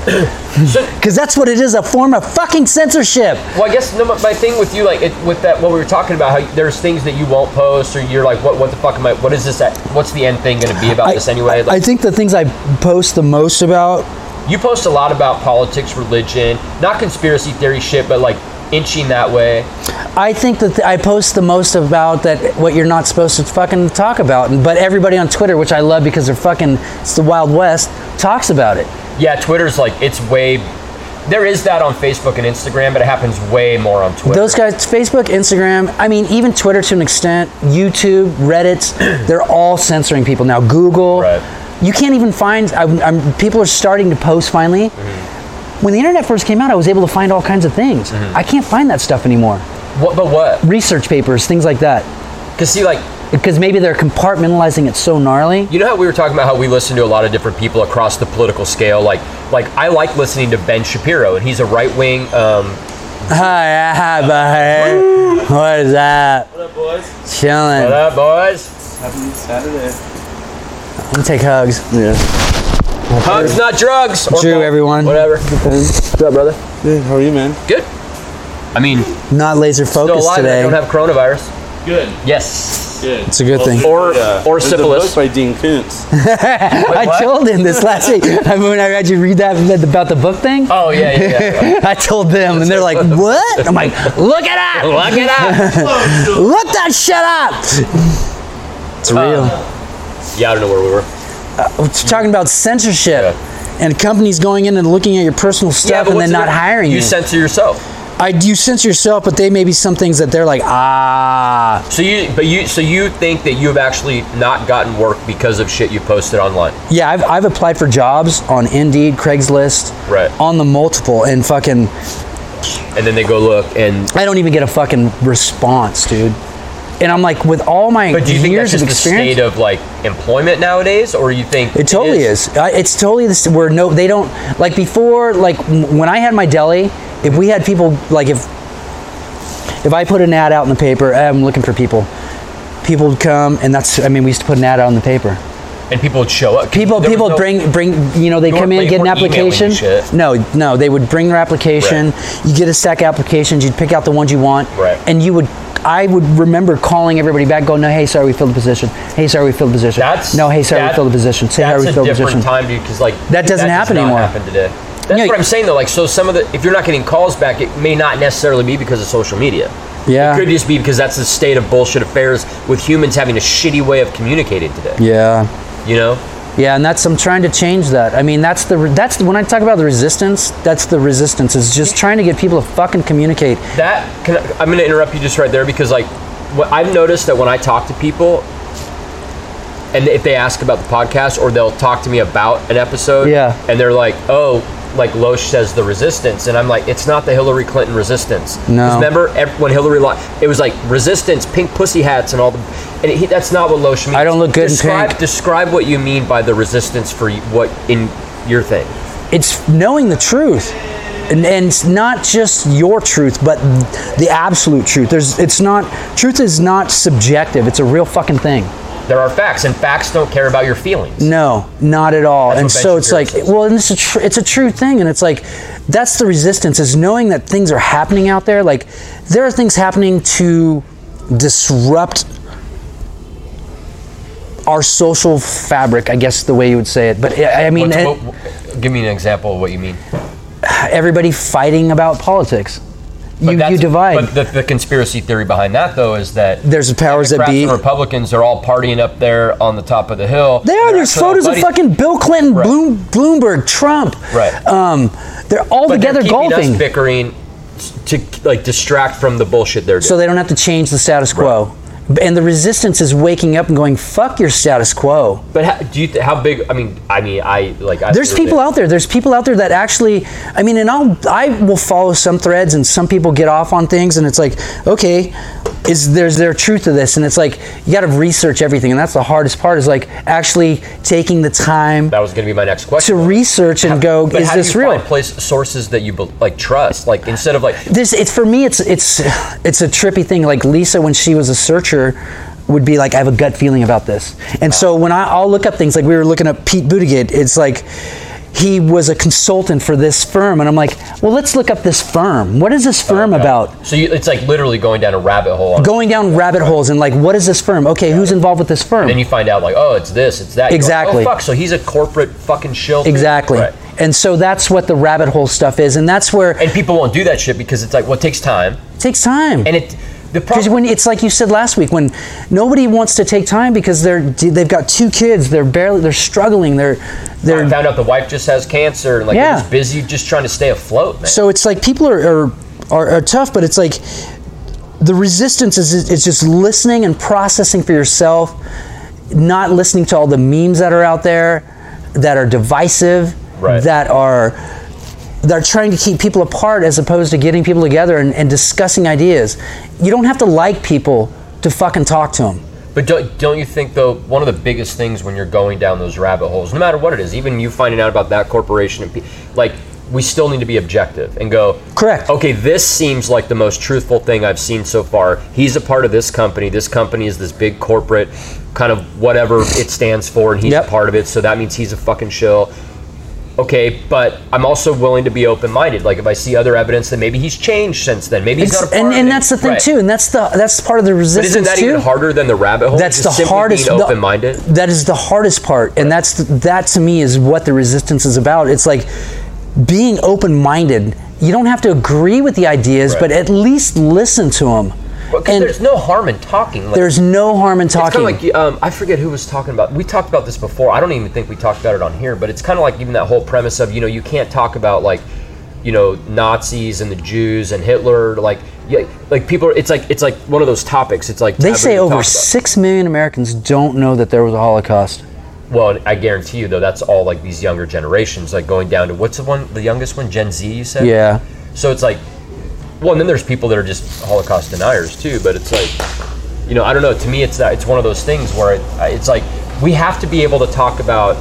S1: so,
S2: because that's what it is a form of fucking censorship
S1: Well, I guess no, my my thing with you, like it, with that, what we were talking about, how there's things that you won't post, or you're like, what, what the fuck am I? What is this? At, what's the end thing going to be about this anyway?
S2: I
S1: Like,
S2: think the things I post the most about
S1: you post a lot about politics, religion, not conspiracy theory shit, but like inching that way.
S2: I think that th- I post the most about that what you're not supposed to fucking talk about, and- but everybody on Twitter, which I love because they're fucking it's the Wild West, talks about it.
S1: Yeah, Twitter's like it's way. There is that on Facebook and Instagram, but it happens way more on Twitter.
S2: Those guys, Facebook, Instagram, I mean, even Twitter to an extent, YouTube, Reddit, they're all censoring people now. Google,
S1: Right.
S2: you can't even find. I'm, I'm, people are starting to post finally. When the internet first came out, I was able to find all kinds of things. I can't find that stuff anymore.
S1: What, but what?
S2: Research papers, things like that,
S1: Because see, like
S2: because maybe they're compartmentalizing it so gnarly.
S1: You know how we were talking about how we listen to a lot of different people across the political scale. Like, like I like listening to Ben Shapiro, and he's a right wing. Um,
S2: Hi, hi, bye. What is that?
S4: What up, boys?
S1: what
S2: Chilling.
S1: up, boys?
S4: Happy Saturday.
S2: I'm gonna take hugs.
S4: Yeah.
S1: Hugs, not drugs. Or
S2: Drew,
S1: both.
S2: everyone.
S1: Whatever.
S4: What's up, brother? Good. How are you, man?
S1: Good. I mean,
S2: Not laser
S1: still
S2: focused
S1: alive. I don't
S2: today.
S1: have coronavirus.
S4: Good.
S1: Yes.
S4: Good.
S2: It's a good thing.
S1: Or- or
S4: there's a
S1: syphilis.
S4: book by Dean Koontz.
S2: I
S1: what?
S2: told him this last week. I mean, I read you read that about the book thing.
S1: Oh yeah, yeah. yeah.
S2: I told them, and they're like, "What?" I'm like, "Look it up.
S1: Look it up.
S2: Look that shit up." It's real.
S1: yeah, I don't know where we were.
S2: We're talking about censorship
S1: Yeah.
S2: and companies going in and looking at your personal
S1: yeah,
S2: stuff
S1: but
S2: and
S1: what's
S2: then
S1: the
S2: not
S1: difference?
S2: hiring you.
S1: You censor yourself.
S2: I you censor yourself, but they may be some things that they're like, "Ah,
S1: So you, but you, so you think that you've actually not gotten work because of shit you posted online?
S2: yeah." I've, I've applied for jobs on Indeed, Craigslist,
S1: Right.
S2: on the multiple, and fucking,
S1: And then they go look and.
S2: I don't even get a fucking response, dude. And I'm like, with all my
S1: But do you think that's
S2: years
S1: just
S2: of
S1: the
S2: experience,
S1: state of like employment nowadays, or you think
S2: It totally is. I, it's totally this where no, they don't like before. Like m- when I had my deli, if we had people like if if I put an ad out in the paper, I'm looking for people. People would come, and that's. I mean, we used to put an ad out in the paper.
S1: and people would show up.
S2: People,
S1: There was
S2: people
S1: no-
S2: bring bring. You know, they
S1: weren't-
S2: come in,
S1: they
S2: get an
S1: weren't emailing
S2: application.
S1: shit.
S2: No, no, they would bring their application. You get a stack of applications. You'd pick out the ones you want,
S1: Right.
S2: and you would. I would remember calling everybody back, going, "No, hey, sorry, we filled the position. Hey, sorry, we filled the position.
S1: That's
S2: no, hey, sorry,
S1: that-
S2: we filled the position. Say, sorry,
S1: That's
S2: we
S1: a
S2: filled the
S1: different
S2: position."
S1: time, dude. Because like
S2: That doesn't
S1: does
S2: happen
S1: not
S2: anymore.
S1: Happen today. That's
S2: Yeah,
S1: what I'm saying though. Like so, some of the if you're not getting calls back, it may not necessarily be because of social media.
S2: Yeah.
S1: It could just be because that's the state of bullshit affairs with humans having a shitty way of communicating today.
S2: Yeah,
S1: You know,
S2: yeah, and that's I'm trying to change that. I mean, that's the that's the, when I talk about the resistance. That's the resistance is just trying to get people to fucking communicate.
S1: that can, I- I'm going to interrupt you just right there because like what I've noticed that when I talk to people. And if they ask about the podcast, or they'll talk to me about an episode,
S2: Yeah.
S1: and they're like, "Oh, like Loesch says, the resistance," and I'm like, "It's not the Hillary Clinton resistance."
S2: No.
S1: 'Cause Remember ev- when Hillary lost? It was like resistance, pink pussy hats, and all the. And he, that's not what Loesch means.
S2: I don't look good in
S1: describe,
S2: pink.
S1: Describe what you mean by the resistance for y- what in your thing.
S2: It's knowing the truth, and, and it's not just your truth, but the absolute truth. There's it's not truth is not subjective. It's a real fucking thing.
S1: There are facts, and facts don't care about your feelings.
S2: No, not at all.
S1: That's
S2: and
S1: what Ben
S2: so it's
S1: Shapiro
S2: like,
S1: says.
S2: well, and it's a tr- it's a true thing, and it's like that's the resistance is knowing that things are happening out there. Like there are things happening to disrupt our social fabric. I guess the way you would say it, but I I mean,
S1: What's-
S2: it-
S1: what- what- give me an example of what you mean.
S2: everybody fighting about politics.
S1: But
S2: You, you
S1: that's-
S2: divide.
S1: But the, the conspiracy theory behind that, though, is that
S2: There's the powers that
S1: Democrats
S2: be.
S1: and Republicans are all partying up there on the top of the hill.
S2: There are.
S1: They're
S2: There's
S1: actually all
S2: photos of
S1: buddies.
S2: fucking Bill Clinton,
S1: Right.
S2: Bloom, Bloomberg, Trump.
S1: Right.
S2: Um, they're all
S1: But they're
S2: together
S1: keeping us
S2: golfing.
S1: bickering to like distract from the bullshit they're doing.
S2: so they don't have to change the status quo. And the resistance is waking up and going, "Fuck your status quo."
S1: But how, do you th- how big? I mean, I mean, I like. I
S2: There's people out there. There's people out there that actually, I mean, and I'll, I will follow some threads, and some people get off on things, and it's like, okay, is there's there truth to this? And it's like you got to research everything, and that's the hardest part is like actually taking the time
S1: That was going to be my next
S2: to
S1: question.
S2: research and go,
S1: But
S2: is
S1: how
S2: this
S1: do you
S2: real?
S1: Find place sources that you bel like trust, like instead of like.
S2: this it's for me it's it's it's a trippy thing like lisa when she was a searcher would be like i have a gut feeling about this and so when I, i'll look up things like we were looking up pete buttigieg it's like he was a consultant for this firm and i'm like well let's look up this firm what is this firm about
S1: So you, it's like literally going down a rabbit hole. On,
S2: going down rabbit holes and like what is this firm okay who's involved with this firm
S1: Then you find out like, oh, it's this, it's that. You go,
S2: Exactly.
S1: oh fuck! So he's a corporate fucking shill. dude.
S2: exactly
S1: Right.
S2: and so that's what the rabbit hole stuff is and that's where
S1: And people won't do that shit because it's like, well, it takes time,
S2: it takes time
S1: and it the
S2: Because
S1: problem.
S2: when it's like you said last week, when nobody wants to take time because they're they've got two kids, they're barely they're struggling, they're
S1: I
S2: they're
S1: found out the wife just has cancer, and like
S2: Yeah.
S1: they're just busy just trying to stay afloat, man.
S2: so it's like people are are, are, are tough, but it's like the resistance is it's just listening and processing for yourself not listening to all the memes that are out there that are divisive,
S1: Right.
S2: that are they're trying to keep people apart as opposed to getting people together and, and discussing ideas. You don't have to like people to fucking talk to them.
S1: But don't, don't you think though one of the biggest things when you're going down those rabbit holes, no matter what it is, even you finding out about that corporation, and pe- like we still need to be objective and go.
S2: Correct.
S1: Okay, this seems like the most truthful thing I've seen so far. He's a part of this company. This company is this big corporate kind of whatever it stands for, and he's
S2: Yep.
S1: a part of it. So that means he's a fucking shill. Okay, but I'm also willing to be open-minded. Like if I see other evidence that maybe he's changed since then, maybe he's
S2: It's-
S1: not a part
S2: and
S1: of
S2: and
S1: it.
S2: that's the thing
S1: Right.
S2: too, and that's the that's part of the
S1: But
S2: resistance
S1: isn't that
S2: too.
S1: even harder than the rabbit hole?
S2: That's
S1: Just
S2: the
S1: simply
S2: hardest.
S1: Being
S2: the-
S1: open-minded.
S2: that is the hardest part, and that's that to me is what the resistance is about. It's like being open-minded. You don't have to agree with the ideas,
S1: Right.
S2: but at least listen to them.
S1: Because
S2: and
S1: there's no harm in talking. Like,
S2: there's no harm in
S1: it's
S2: talking.
S1: kind of like um, I forget who was talking about. We talked about this before. I don't even think we talked about it on here. But it's kind of like even that whole premise of you know you can't talk about like you know Nazis and the Jews and Hitler. Like yeah, like people. Are, it's like it's like one of those topics. It's like
S2: they
S1: taboo
S2: say
S1: to
S2: over
S1: talk
S2: six million Americans don't know that there was a Holocaust.
S1: about. Well, I guarantee you though, that's all like these younger generations. Like going down to what's the one the youngest one Gen Z. You said
S2: Yeah,
S1: So it's like, well, and then there's people that are just Holocaust deniers too. But it's like, you know, I don't know. To me, it's that it's one of those things where it, it's like we have to be able to talk about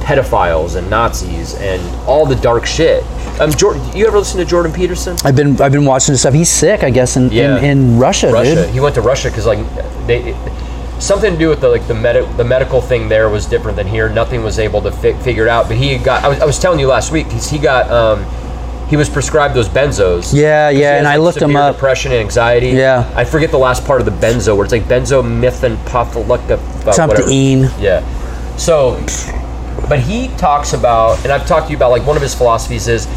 S1: pedophiles and Nazis and all the dark shit. Um, Jordan, you ever listen to Jordan Peterson?
S2: I've been I've been watching this stuff. He's sick, I guess, in
S1: Yeah.
S2: in, in Russia,
S1: Russia.
S2: dude.
S1: He went to Russia because like they something to do with the like the medi- the medical thing there was different than here. Nothing was able to fi- figure it out. But he got. I was, I was telling you last week 'cause he got. Um, he was prescribed those benzos.
S2: Yeah,
S1: He
S2: yeah,
S1: has,
S2: and I
S1: like,
S2: looked him
S1: severe
S2: up.
S1: Depression and anxiety.
S2: Yeah.
S1: I forget the last part of the benzo where it's like benzomethin potholucca.
S2: Something.
S1: uh, Yeah. So, but he talks about, and I've talked to you about like one of his philosophies is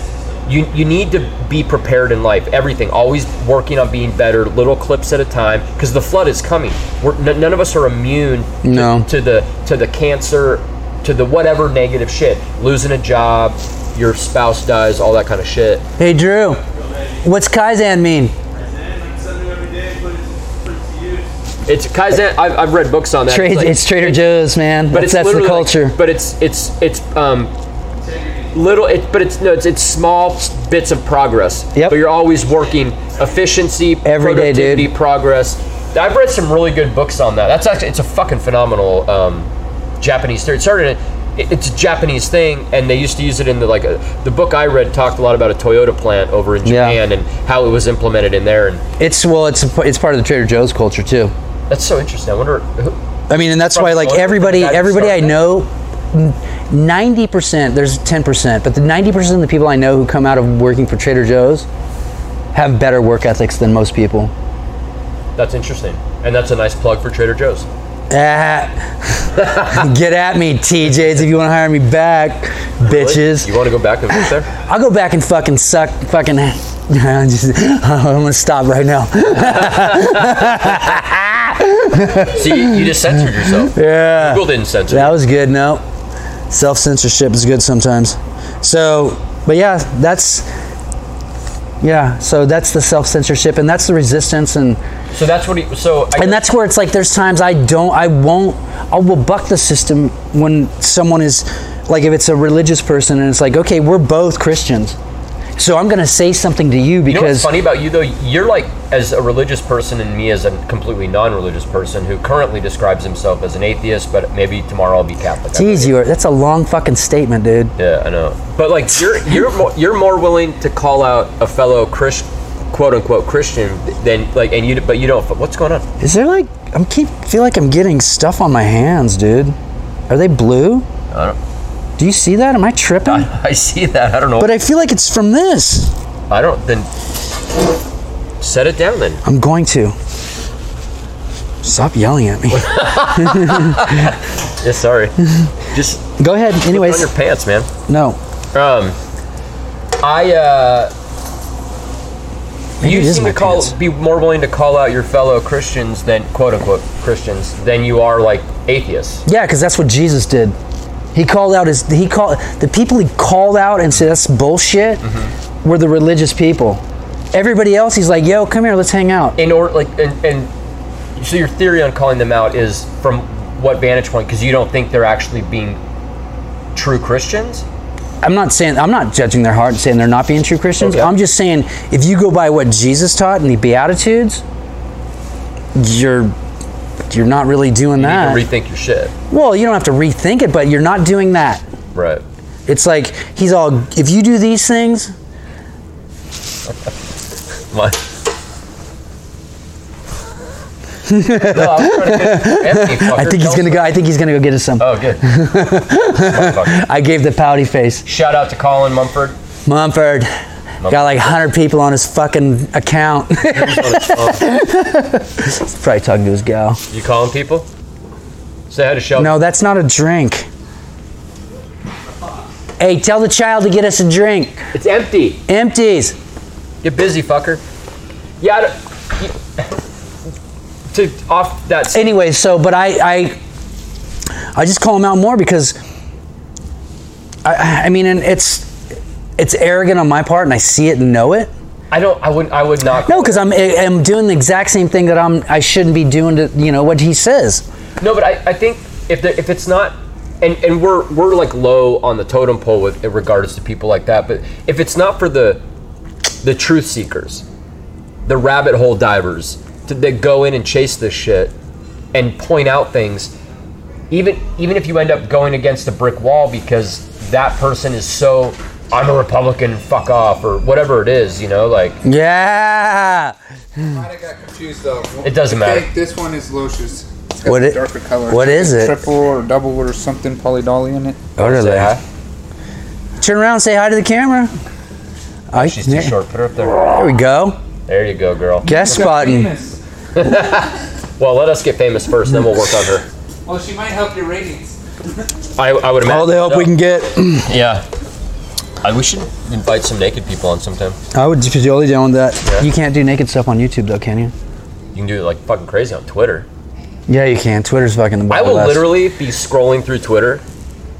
S1: you you need to be prepared in life. Everything, always working on being better, little clips at a time, because the flood is coming. We're, n- none of us are immune to-
S2: No.
S1: to the to the cancer, to the whatever negative shit, losing a job. Your spouse dies, all that kind of shit.
S2: Hey Drew, what's Kaizen mean?
S1: It's Kaizen. I've, I've read books on that.
S2: Trade,
S1: like-
S2: it's Trader Joe's, man.
S1: but
S2: That's,
S1: it's
S2: that's the
S1: literally like-
S2: culture.
S1: but it's it's it's um little it but it's no it's, it's small bits of progress
S2: Yep.
S1: but you're always working efficiency
S2: Every day, dude.
S1: productivity progress i've read some really good books on that that's actually it's a fucking phenomenal um japanese theory it started in- it's a japanese thing and they used to use it in the like a, the book i read talked a lot about a toyota plant over in
S2: Yeah.
S1: japan and how it was implemented in there and
S2: It's well, it's it's part of the Trader Joe's culture too.
S1: that's so interesting i wonder who,
S2: I mean, and that's
S1: From
S2: why like
S1: Florida,
S2: everybody,
S1: the guy who
S2: everybody I
S1: started that.
S2: know, ninety percent. There's ten percent, but the ninety percent of the people I know who come out of working for Trader Joe's have better work ethics than most people.
S1: that's interesting and that's a nice plug for trader joe's
S2: Ah, get at me, TJs, if you want to hire me back, bitches.
S1: you want to go back and work there
S2: I'll go back and fucking suck, fucking. I'm, just, I'm gonna stop right now.
S1: See, you, you just censored yourself.
S2: Yeah.
S1: Google didn't censor.
S2: That
S1: you.
S2: was good. No, self censorship is good sometimes. So, but yeah, that's yeah. So that's the self censorship, and that's the resistance, and
S1: So that's what he. So I
S2: and that's where it's like there's times I don't, I won't, I will buck the system when someone is like if it's a religious person and it's like okay, we're both Christians, so I'm gonna say something to you
S1: You know what's
S2: because
S1: funny about you though? You're like as a religious person, and me as a completely non-religious person who currently describes himself as an atheist, but maybe tomorrow I'll be Catholic. I
S2: geez,
S1: don't
S2: you are that's a long fucking statement, dude.
S1: know. Yeah, I know. But like, you're you're more, you're more willing to call out a fellow Christian, quote unquote Christian, than like, and you but you don't. What's going on?
S2: Is there like I'm keep feel like I'm getting stuff on my hands, dude. Are they blue?
S1: I don't.
S2: Do you see that? Am I tripping?
S1: I see that. I don't know.
S2: But I feel like it's from this.
S1: I don't. Then set it down. Then
S2: I'm going to. Stop yelling at me.
S1: yeah, sorry. Just
S2: Go ahead.
S1: put on
S2: Anyways,
S1: your pants, man.
S2: no.
S1: Um, I uh,
S2: Maybe
S1: you
S2: it is
S1: seem to
S2: my
S1: call
S2: pants.
S1: be more willing to call out your fellow Christians than quote unquote Christians than you are like atheists.
S2: Yeah, because that's what Jesus did. He called out his. He called the people he called out and said that's bullshit.
S1: Mm-hmm.
S2: Were the religious people. Everybody else, he's like, yo, come here, let's hang out.
S1: In order, like, and, and so your theory on calling them out is from what vantage point because you don't think they're actually being true Christians.
S2: I'm not saying I'm not judging their heart and saying they're not being true Christians.
S1: Okay.
S2: I'm just saying if you go by what Jesus taught and the Beatitudes, you're you're not really doing
S1: You
S2: that.
S1: need to rethink your shit.
S2: well, you don't have to rethink it, but you're not doing that.
S1: Right.
S2: It's like he's all if you do these things,
S1: My- no, I was trying to get Anthony, fucker.
S2: I think he's
S1: Tell
S2: gonna
S1: us-
S2: go. I think he's gonna go get us some.
S1: Oh, good. Motherfucker.
S2: I gave the pouty face.
S1: Shout out to Colin Mumford.
S2: Mumford got like 100 people on his fucking account.
S1: He's on his phone.
S2: Probably talking to his gal.
S1: You calling people? Say hi to Shelby.
S2: No, that's not a drink. Hey, tell the child to get us a drink.
S1: It's empty.
S2: Empties.
S1: Get busy, fucker. Yeah. I don't- you- to off that.
S2: Anyway, so but I I I just call him out more because I I mean and it's it's arrogant on my part and I see it and know it.
S1: I don't. I wouldn't. I would not.
S2: No, because I'm I'm doing the exact same thing that I'm I shouldn't be doing to you know what he says.
S1: No, but I, I think if the, if it's not, and, and we're we're like low on the totem pole with in regards to people like that. But if it's not for the the truth seekers, the rabbit hole divers to, that go in and chase this shit and point out things, even even if you end up going against a brick wall because that person is so I'm a Republican, fuck off or whatever it is, you know, like
S2: Yeah.
S5: Might have got confused though.
S1: It doesn't
S5: I
S1: matter.
S5: think This one is Lucius. It's got
S2: What
S5: the
S2: it-
S5: darker color.
S2: what
S5: It's
S2: is
S5: a
S2: it?
S5: Triple or double or something polydolly in it.
S2: Order
S1: Say
S2: that.
S1: hi.
S2: Turn around and say hi to the camera. I,
S1: she's too
S2: there,
S1: short. Put her up there.
S2: there we go.
S1: There you go, girl.
S2: Guest spotting.
S1: Well, let us get famous first, then we'll work on her.
S5: Well, she might help your ratings.
S1: I, I would imagine.
S2: All the help we can get.
S1: Yeah. I, we should invite some naked people on sometime.
S2: I would be totally down with that.
S1: Yeah.
S2: You can't do naked stuff on YouTube though, can you?
S1: You can do it like fucking crazy on Twitter.
S2: Yeah, you can. Twitter's fucking the
S1: I will
S2: best.
S1: literally be scrolling through Twitter,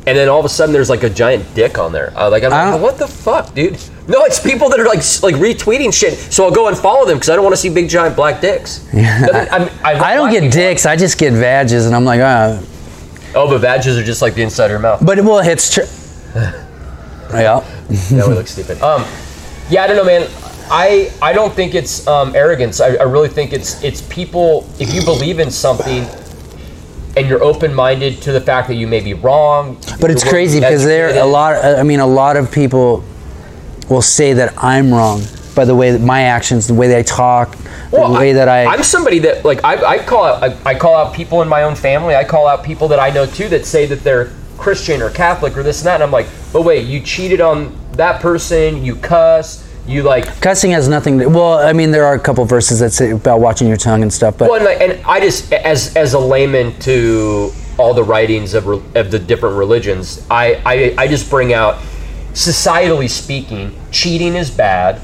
S1: and then all of a sudden there's like a giant dick on there. I, like I'm
S2: I
S1: like,
S2: don't-
S1: what the fuck, dude? No, it's people that are like s- like retweeting shit. So I'll go and follow them because I don't want to see big giant black dicks. Yeah. I'm,
S2: I don't get dicks. I just get vages, and I'm like, ah.
S1: Oh, but badges are just like the inside of your mouth.
S2: But it well, it's true. yeah.
S1: that would look stupid. Um, yeah, I don't know, man. I I don't think it's um, arrogance. I, I really think it's it's people. If you believe in something, and you're open minded to the fact that you may be wrong,
S2: But it's
S1: you're
S2: crazy because there a
S1: educated.
S2: lot. I mean, a lot of people will say that I'm wrong by the way that my actions, the way that I talk,
S1: Well,
S2: the way that I.
S1: I'm somebody that like I, I call out I, I call out people in my own family. I call out people that I know too that say that they're Christian or Catholic or this and that. And I'm like, but wait, you cheated on that person. You cuss. You like
S2: cussing has nothing. to... Well, I mean, there are a couple verses that say about watching your tongue and stuff, but
S1: Well, and, like, and I just as as a layman to all the writings of re- of the different religions, I, I I just bring out societally speaking, cheating is bad.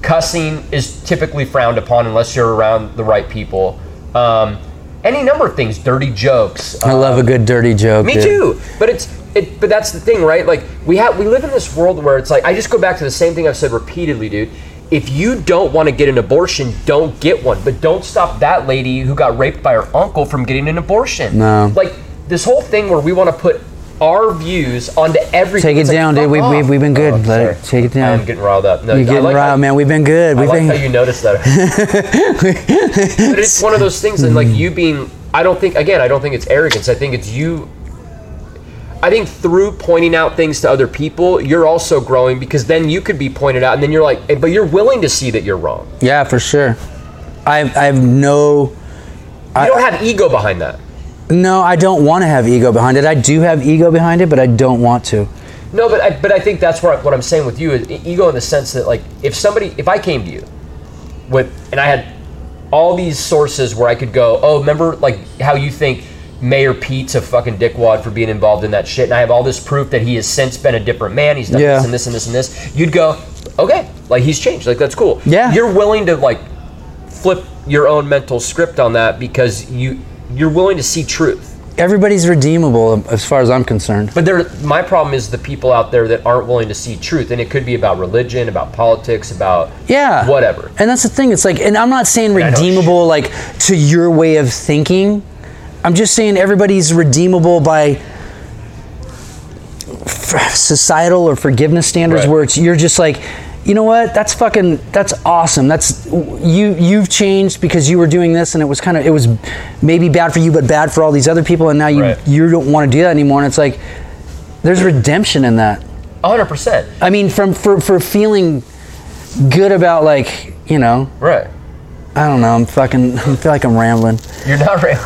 S1: Cussing is typically frowned upon unless you're around the right people. Um, any number of things, dirty jokes.
S2: I
S1: uh,
S2: love a good dirty joke.
S1: me
S2: dude.
S1: too. But it's it. But that's the thing, right? Like we have we live in this world where it's like I just go back to the same thing I've said repeatedly, dude. If you don't want to get an abortion, don't get one. But don't stop that lady who got raped by her uncle from getting an abortion.
S2: No.
S1: Like this whole thing where we want to put our views onto everything.
S2: Take it
S1: It's like,
S2: down, dude.
S1: fuck
S2: We've-
S1: off. Oh,
S2: we've- we've been good.
S1: I'm
S2: Let it-
S1: sorry.
S2: take it down.
S1: I'm getting riled up. No,
S2: You're getting
S1: I like
S2: riled,
S1: how-
S2: man. We've been good.
S1: I
S2: We've
S1: like
S2: been.
S1: how you noticed that. but it's one of those things, and like you being, I don't think again, I don't think it's arrogance. I think it's you. I think through pointing out things to other people, you're also growing because then you could be pointed out, and then you're like, but you're willing to see that you're wrong.
S2: Yeah, for sure. I I have no
S1: You don't have ego behind that.
S2: no. I don't want to have ego behind it. I do have ego behind it, but I don't want to.
S1: No, but I, but I think that's where what I'm saying with you is e- ego in the sense that like if somebody if I came to you with and I had all these sources where I could go, oh, remember like how you think Mayor Pete's a fucking dickwad for being involved in that shit, and I have all this proof that he has since been a different man. He's done
S2: Yeah.
S1: this and this and this and this. You'd go, okay, like he's changed, like that's cool.
S2: Yeah.
S1: you're willing to like flip your own mental script on that because you you're willing to see truth.
S2: Everybody's redeemable, as far as I'm concerned.
S1: But there, my problem is the people out there that aren't willing to see truth, and it could be about religion, about politics, about
S2: Yeah.
S1: whatever.
S2: And that's the thing. It's like, and I'm not saying
S1: I know.
S2: redeemable like to your way of thinking. I'm just saying everybody's redeemable by f- societal or forgiveness standards
S1: Right.
S2: where it's you're just like you know what that's fucking that's awesome that's you you've changed because you were doing this and it was kind of it was maybe bad for you but bad for all these other people and now you
S1: Right.
S2: you don't want to do that anymore and it's like there's redemption in that
S1: 100%.
S2: I mean, from for, for feeling good about like you know,
S1: Right.
S2: I don't know. I'm fucking. I feel like I'm rambling.
S1: You're not right.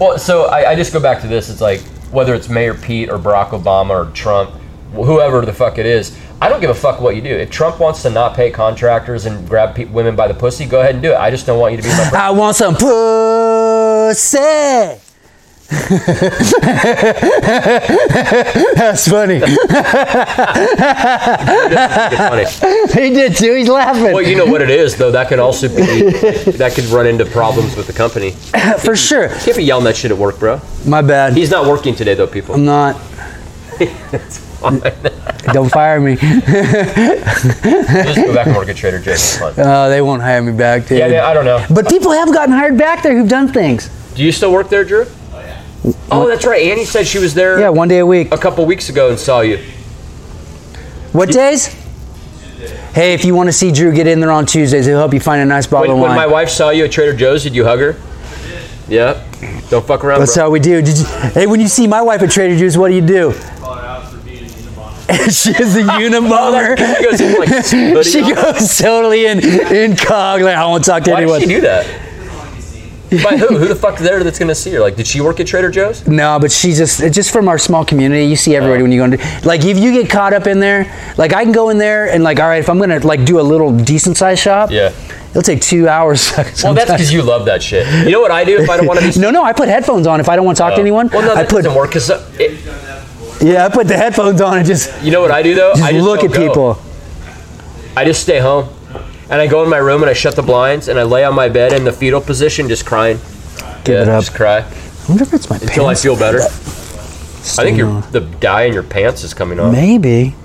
S1: well, so I, I just go back to this. It's like whether it's Mayor Pete or Barack Obama or Trump, wh- whoever the fuck it is, I don't give a fuck what you do. If Trump wants to not pay contractors and grab pe- women by the pussy, go ahead and do it. I just don't want you to be my friend.
S2: I want some pussy. That's funny.
S1: It's funny.
S2: he did too. He's laughing
S1: Well, you know what it is though. That could also be that could run into problems with the company. You
S2: for sure.
S1: can't be yelling that shit at work, bro.
S2: My bad.
S1: He's not working today though, people.
S2: I'm not. don't fire me.
S1: Just go back and work at Trader Joe's. It's fun.
S2: Uh, they won't hire me back, dude.
S1: Yeah, yeah, I don't know.
S2: But people have gotten hired back there who've done things.
S1: Do you still work there, Drew? Oh, that's right. Annie said she was there
S2: Yeah, one day a week.
S1: a couple weeks ago and saw you.
S2: What days? Hey, if you want to see Drew, get in there on Tuesdays. He'll help you find a nice bottle
S1: When,
S2: of
S1: when
S2: wine.
S1: my wife saw you at Trader Joe's, did you hug her? Yep. Don't fuck around,
S2: That's
S1: bro.
S2: how we do. Did you, hey, when you see my wife at Trader Joe's, what do you do? She's a unibomber.
S1: She goes in like, "Buddy,
S2: she goes totally in incog. Like I won't talk to
S1: Why
S2: anyone.
S1: did she do that? By who? Who the fuck's there that's gonna see her? Like, did she work at Trader Joe's?
S2: No, but she just it's just from our small community. You see
S1: Oh.
S2: everybody when you go into like if you get caught up in there, like I can go in there and like all right, if I'm gonna like do a little decent sized shop,
S1: Yeah.
S2: it'll take two hours.
S1: Well, that's because you love that shit. You know what I do if I don't want to be. Oh.
S2: no, no, I put headphones on if I don't want to talk to anyone.
S1: Well, no, that
S2: I put
S1: doesn't work. Cause uh, it-
S2: yeah, I put the headphones on and just,
S1: you know what I do though?
S2: just
S1: I
S2: look
S1: don't
S2: at
S1: go.
S2: people.
S1: I just stay home, and I go in my room and I shut the blinds and I lay on my bed in the fetal position, just crying.
S2: Give
S1: yeah,
S2: it up.
S1: Just cry
S2: I wonder if it's my
S1: until I
S2: pants.
S1: feel better. I think your
S2: Stain
S1: the dye in your pants is coming
S2: on.
S1: off.
S2: Maybe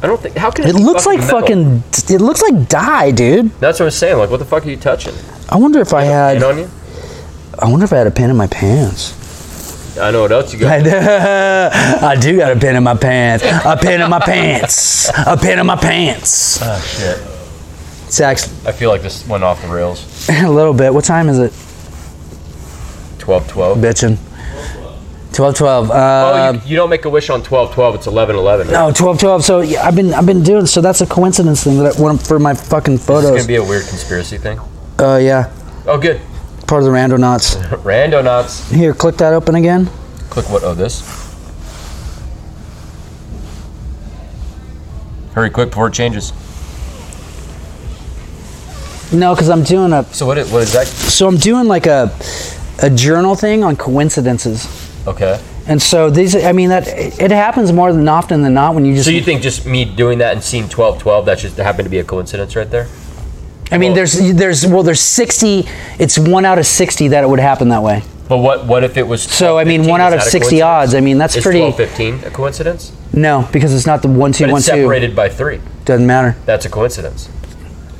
S1: I don't think. How can it?
S2: it
S1: be
S2: looks like
S1: metal?
S2: fucking. It looks like dye, dude.
S1: That's what I'm saying. Like, what the fuck are you touching?
S2: I wonder if I
S1: Paint
S2: had.
S1: on you?
S2: I wonder if I had a pin in my pants.
S1: I know what else you got.
S2: I do, I do got a pin in my pants. A pin in my pants. A pin in my pants.
S1: Oh shit!
S2: It's actually
S1: I feel like this went off the rails.
S2: a little bit. What time is it,
S1: Twelve twelve.
S2: bitchin'? Twelve twelve.
S1: Oh,
S2: Uh,
S1: you, you don't make a wish on twelve twelve. It's eleven eleven.
S2: no, twelve twelve. So yeah, I've been I've been doing. So that's a coincidence thing that I, one for my fucking
S1: This is
S2: photos.
S1: gonna be a weird conspiracy thing.
S2: uh, yeah,
S1: Oh, good.
S2: part of the Randonauts.
S1: Randonauts.
S2: Here, click that open again.
S1: Click what? Oh, this. Hurry quick before it changes.
S2: No, because I'm doing a.
S1: So what? Is, what is that?
S2: So I'm doing like a a journal thing on coincidences.
S1: Okay.
S2: And so these, I mean, that it happens more than often than not when you just.
S1: So you think just me doing that and seeing twelve twelve? That just happened to be a coincidence right there.
S2: I mean, there's there's well, there's sixty. It's one out of sixty that it would happen that way.
S1: But what? What if it was?
S2: So I mean,
S1: 12-15?
S2: one out
S1: Is
S2: of
S1: that a
S2: sixty
S1: coincidence?
S2: odds. I mean, that's
S1: Is
S2: pretty.
S1: twelve fifteen a coincidence?
S2: No, because it's not the one two
S1: But
S2: one
S1: it's
S2: two.
S1: separated by three.
S2: Doesn't matter.
S1: That's a coincidence.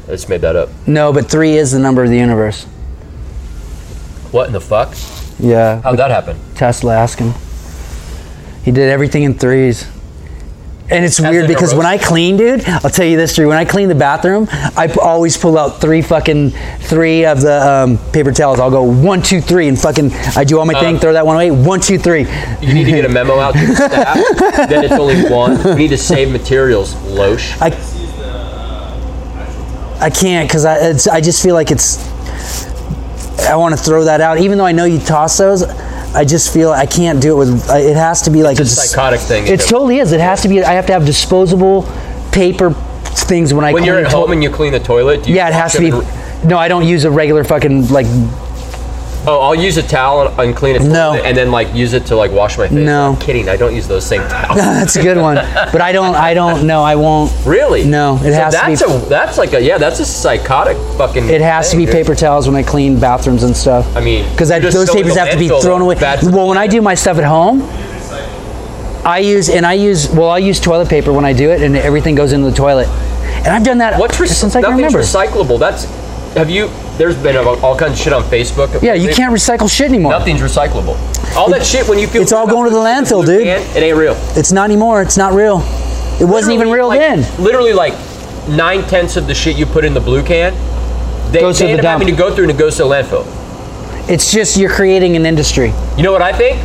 S1: I just made that up.
S2: No, but three is the number of the universe.
S1: What in the fuck?
S2: Yeah,
S1: How'd that happen?
S2: Tesla asked him. He did everything in threes. And it's
S1: in
S2: weird
S1: a
S2: because when
S1: row?
S2: I clean, dude, I'll tell you this, Drew. When I clean the bathroom, I p- always pull out three fucking three of the um, paper towels. I'll go one, two, three, and fucking I do all my thing, throw that one away. One, two, three.
S1: Uh, You need to get a memo out to your staff that it's only one. We need to save materials, Loesch.
S2: I I can't because I it's, I just feel like it's I want to throw that out. Even though I know you toss those, I just feel I can't do it with. I- It has to be like
S1: It's a
S2: dis-
S1: psychotic thing.
S2: It totally is. It has to be. I have to have disposable paper things when I
S1: when you're
S2: clean
S1: at
S2: to-
S1: home and you clean the toilet, do you
S2: yeah, it has to
S1: wash
S2: be.
S1: them and-
S2: No, I don't use a regular fucking like.
S1: oh, I'll use a towel and, and clean it.
S2: No.
S1: And then like use it to like wash my face.
S2: No.
S1: I'm kidding. I don't use those same towels.
S2: That's a good one, but I don't. I don't. No, I won't.
S1: really?
S2: No,
S1: so
S2: it has to be-
S1: that's A, that's like a yeah. That's a psychotic fucking.
S2: It has to
S1: thing,
S2: be
S1: dude.
S2: paper towels when I clean bathrooms and stuff.
S1: I mean,
S2: because
S1: you're just
S2: those
S1: throwing
S2: papers
S1: the
S2: have to be
S1: landfill,
S2: thrown away.
S1: bad for the
S2: Well, when I do my stuff at home,
S4: uh,
S2: I use and I use well, I use toilet paper when I do it, and everything goes into the toilet. And I've done that
S1: What's
S2: since
S1: recyclable?
S2: I can
S1: Nothing's
S2: remember.
S1: recyclable. That's have you? There's been all kinds of shit on Facebook.
S2: Yeah, you can't recycle shit anymore.
S1: Nothing's recyclable. All that shit when you feel
S2: It's all going to the landfill, dude.
S1: Man, it ain't real.
S2: It's not anymore. It's not real. It wasn't even
S1: Literally,
S2: real
S1: like-
S2: then.
S1: Literally, like nine tenths of the shit you put in the blue can, they,
S2: Goes to
S1: they
S2: the
S1: end up
S2: dump.
S1: having to go through and it goes to the landfill.
S2: It's just you're creating an industry.
S1: You know what I think?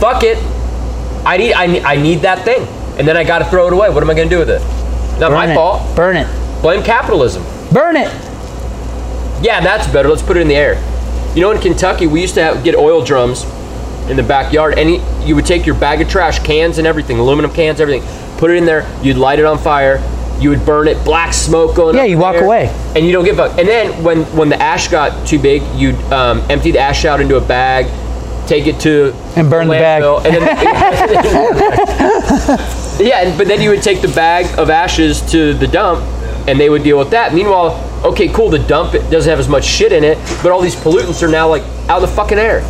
S1: Fuck it. I need I need, I need that thing, and then I got to throw it away. What am I gonna do with it? Not
S2: Burn
S1: my
S2: it.
S1: fault.
S2: Burn it.
S1: Blame capitalism.
S2: Burn it.
S1: Yeah, that's better. Let's put it in the air. You know, in Kentucky, we used to have, get oil drums in the backyard. Any, you would take your bag of trash, cans and everything, aluminum cans, everything. Put it in there. You'd light it on fire. You would burn it. Black smoke going.
S2: Yeah,
S1: up
S2: you
S1: in
S2: walk
S1: there,
S2: away.
S1: and you don't give up. And then when when the ash got too big, you'd um, empty the ash out into a bag, take it to
S2: And burn the bag.
S1: landfill, And then, yeah, and- but then you would take the bag of ashes to the dump, and they would deal with that. Meanwhile, okay, cool, the dump it doesn't have as much shit in it, but all these pollutants are now like out in the fucking air,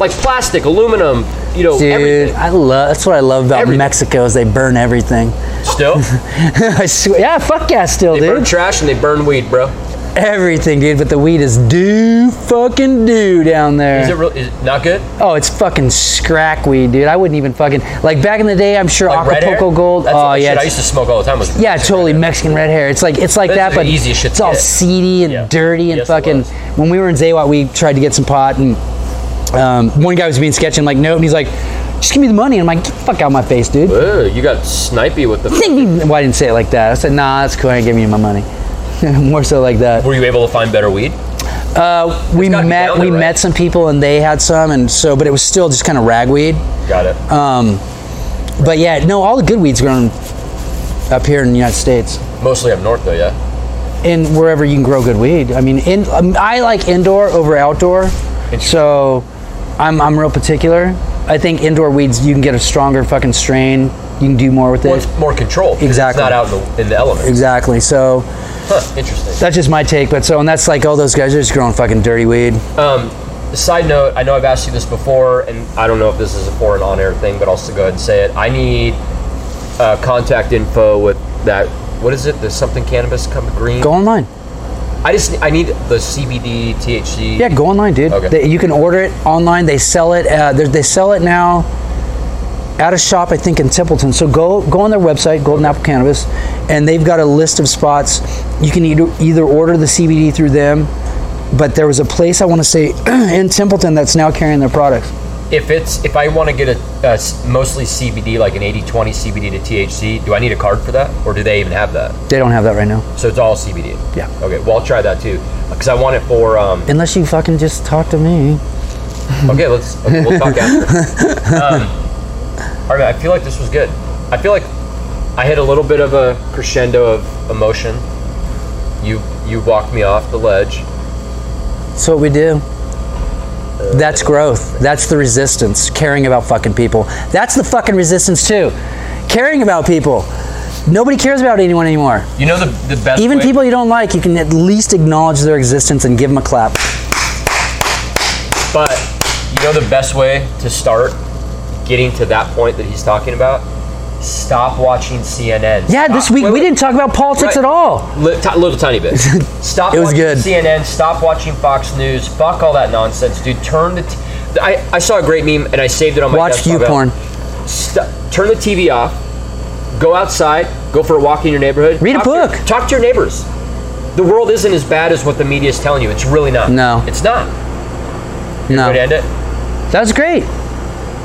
S1: like plastic, aluminum, you know,
S2: Dude,
S1: everything.
S2: I love that's what I love about
S1: Everything.
S2: Mexico is they burn everything.
S1: Still,
S2: I swear. Yeah, fuck yeah still,
S1: they
S2: dude.
S1: burn trash and they burn weed, bro.
S2: everything, dude, but the weed is do fucking do down there.
S1: Is it real? Is it not good?
S2: Oh, it's fucking scrack weed, dude. I wouldn't even fucking like back in the day. I'm sure
S1: Like red hair?
S2: Acapulco Gold.
S1: That's
S2: oh
S1: the shit
S2: yeah,
S1: I used
S2: it's-
S1: to smoke all the time. Was
S2: yeah, totally Mexican red hair. It's like it's like
S1: That's
S2: that,
S1: the
S2: but
S1: easiest shit
S2: it's
S1: to
S2: all
S1: get.
S2: seedy and
S1: Yeah.
S2: dirty and
S1: Yes, it
S2: fucking.
S1: was.
S2: When we were in Zaywat, we tried to get some pot, and um, one guy was being sketchy. and like, nope, and he's like, just give me the money. And I'm like, get the fuck out of my face, dude.
S1: Ugh, you got snipey with the.
S2: Well, I didn't say it like that. I said, nah, that's cool. I ain't giving you my money. More so like that.
S1: Were you able to find better weed?
S2: Uh, we
S1: gotta be
S2: met
S1: down there,
S2: we
S1: right?
S2: met some people and they had some, and so but it was still just kind of ragweed.
S1: Got it.
S2: Um, but yeah, no, all the good weeds grown up here in the United States,
S1: Mostly up north, though, yeah.
S2: and wherever you can grow good weed. I mean, in, um, I like indoor over outdoor, so I'm I'm real particular. I think indoor weeds you can get a stronger fucking strain. You can do more with
S1: More,
S2: it.
S1: more control. 'cause It's
S2: Exactly.
S1: not out in the, in the element.
S2: Exactly. So
S1: Huh, interesting.
S2: that's just my take. But so and that's like all those guys are just growing fucking dirty weed.
S1: Um, side note: I know I've asked you this before, and I don't know if this is a foreign on-air thing, but I'll still go ahead and say it. I need uh, contact info with that. What is it? The something cannabis company green.
S2: Go online.
S1: I just I need the CBD, THC.
S2: Yeah, go online, dude.
S1: Okay.
S2: They, you can order it online. They sell it. Uh, they're- they sell it now at a shop, I think, in Templeton. So go go on their website, Golden Apple Cannabis, and they've got a list of spots. You can either, either order the CBD through them, but there was a place I want to say in Templeton that's now carrying their products.
S1: If it's if I want to get a, a s- mostly CBD, like an 80-20 CBD to THC, do I need a card for that, or do they even have that?
S2: They don't have that right now,
S1: So it's all CBD.
S2: Yeah.
S1: Okay. Well, I'll try that too, because I want it for. Um,
S2: unless you fucking just talk to me.
S1: Okay, let's. Okay, we'll talk after. Um, all right, I feel like this was good. I feel like I hit a little bit of a crescendo of emotion. You you walked me off the ledge.
S2: That's what we do. That's growth. That's the resistance. Caring about fucking people. That's the fucking resistance too. Caring about people. Nobody cares about anyone anymore.
S1: You know the the best.
S2: Even
S1: way-
S2: people you don't like, you can at least acknowledge their existence and give them a clap.
S1: But you know the best way to start getting to that point that he's talking about. Stop watching CNN.
S2: Yeah,
S1: Stop-
S2: this week
S1: Ah, wait,
S2: we
S1: wait.
S2: didn't talk about
S1: Right.
S2: politics at all.
S1: Li- ti- little tiny bit. Stop
S2: It was
S1: watching
S2: good.
S1: CNN. Stop watching Fox News. Fuck all that nonsense, dude. Turn the. T- I, I saw a great meme and I saved it on my
S2: Watch
S1: desktop.
S2: view porn.
S1: St- turn the TV off. Go outside. Go for a walk in your neighborhood.
S2: Read a
S1: Talk to your-
S2: book.
S1: talk to your neighbors. The world isn't as bad as what the media is telling you. It's really not.
S2: No.
S1: It's not. Ready to
S2: No,
S1: end it?
S2: that was great.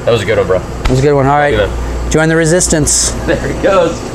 S1: That was a good one, bro.
S2: That was a good one. All
S1: Good
S2: right,
S1: one.
S2: join the resistance.
S1: There he goes.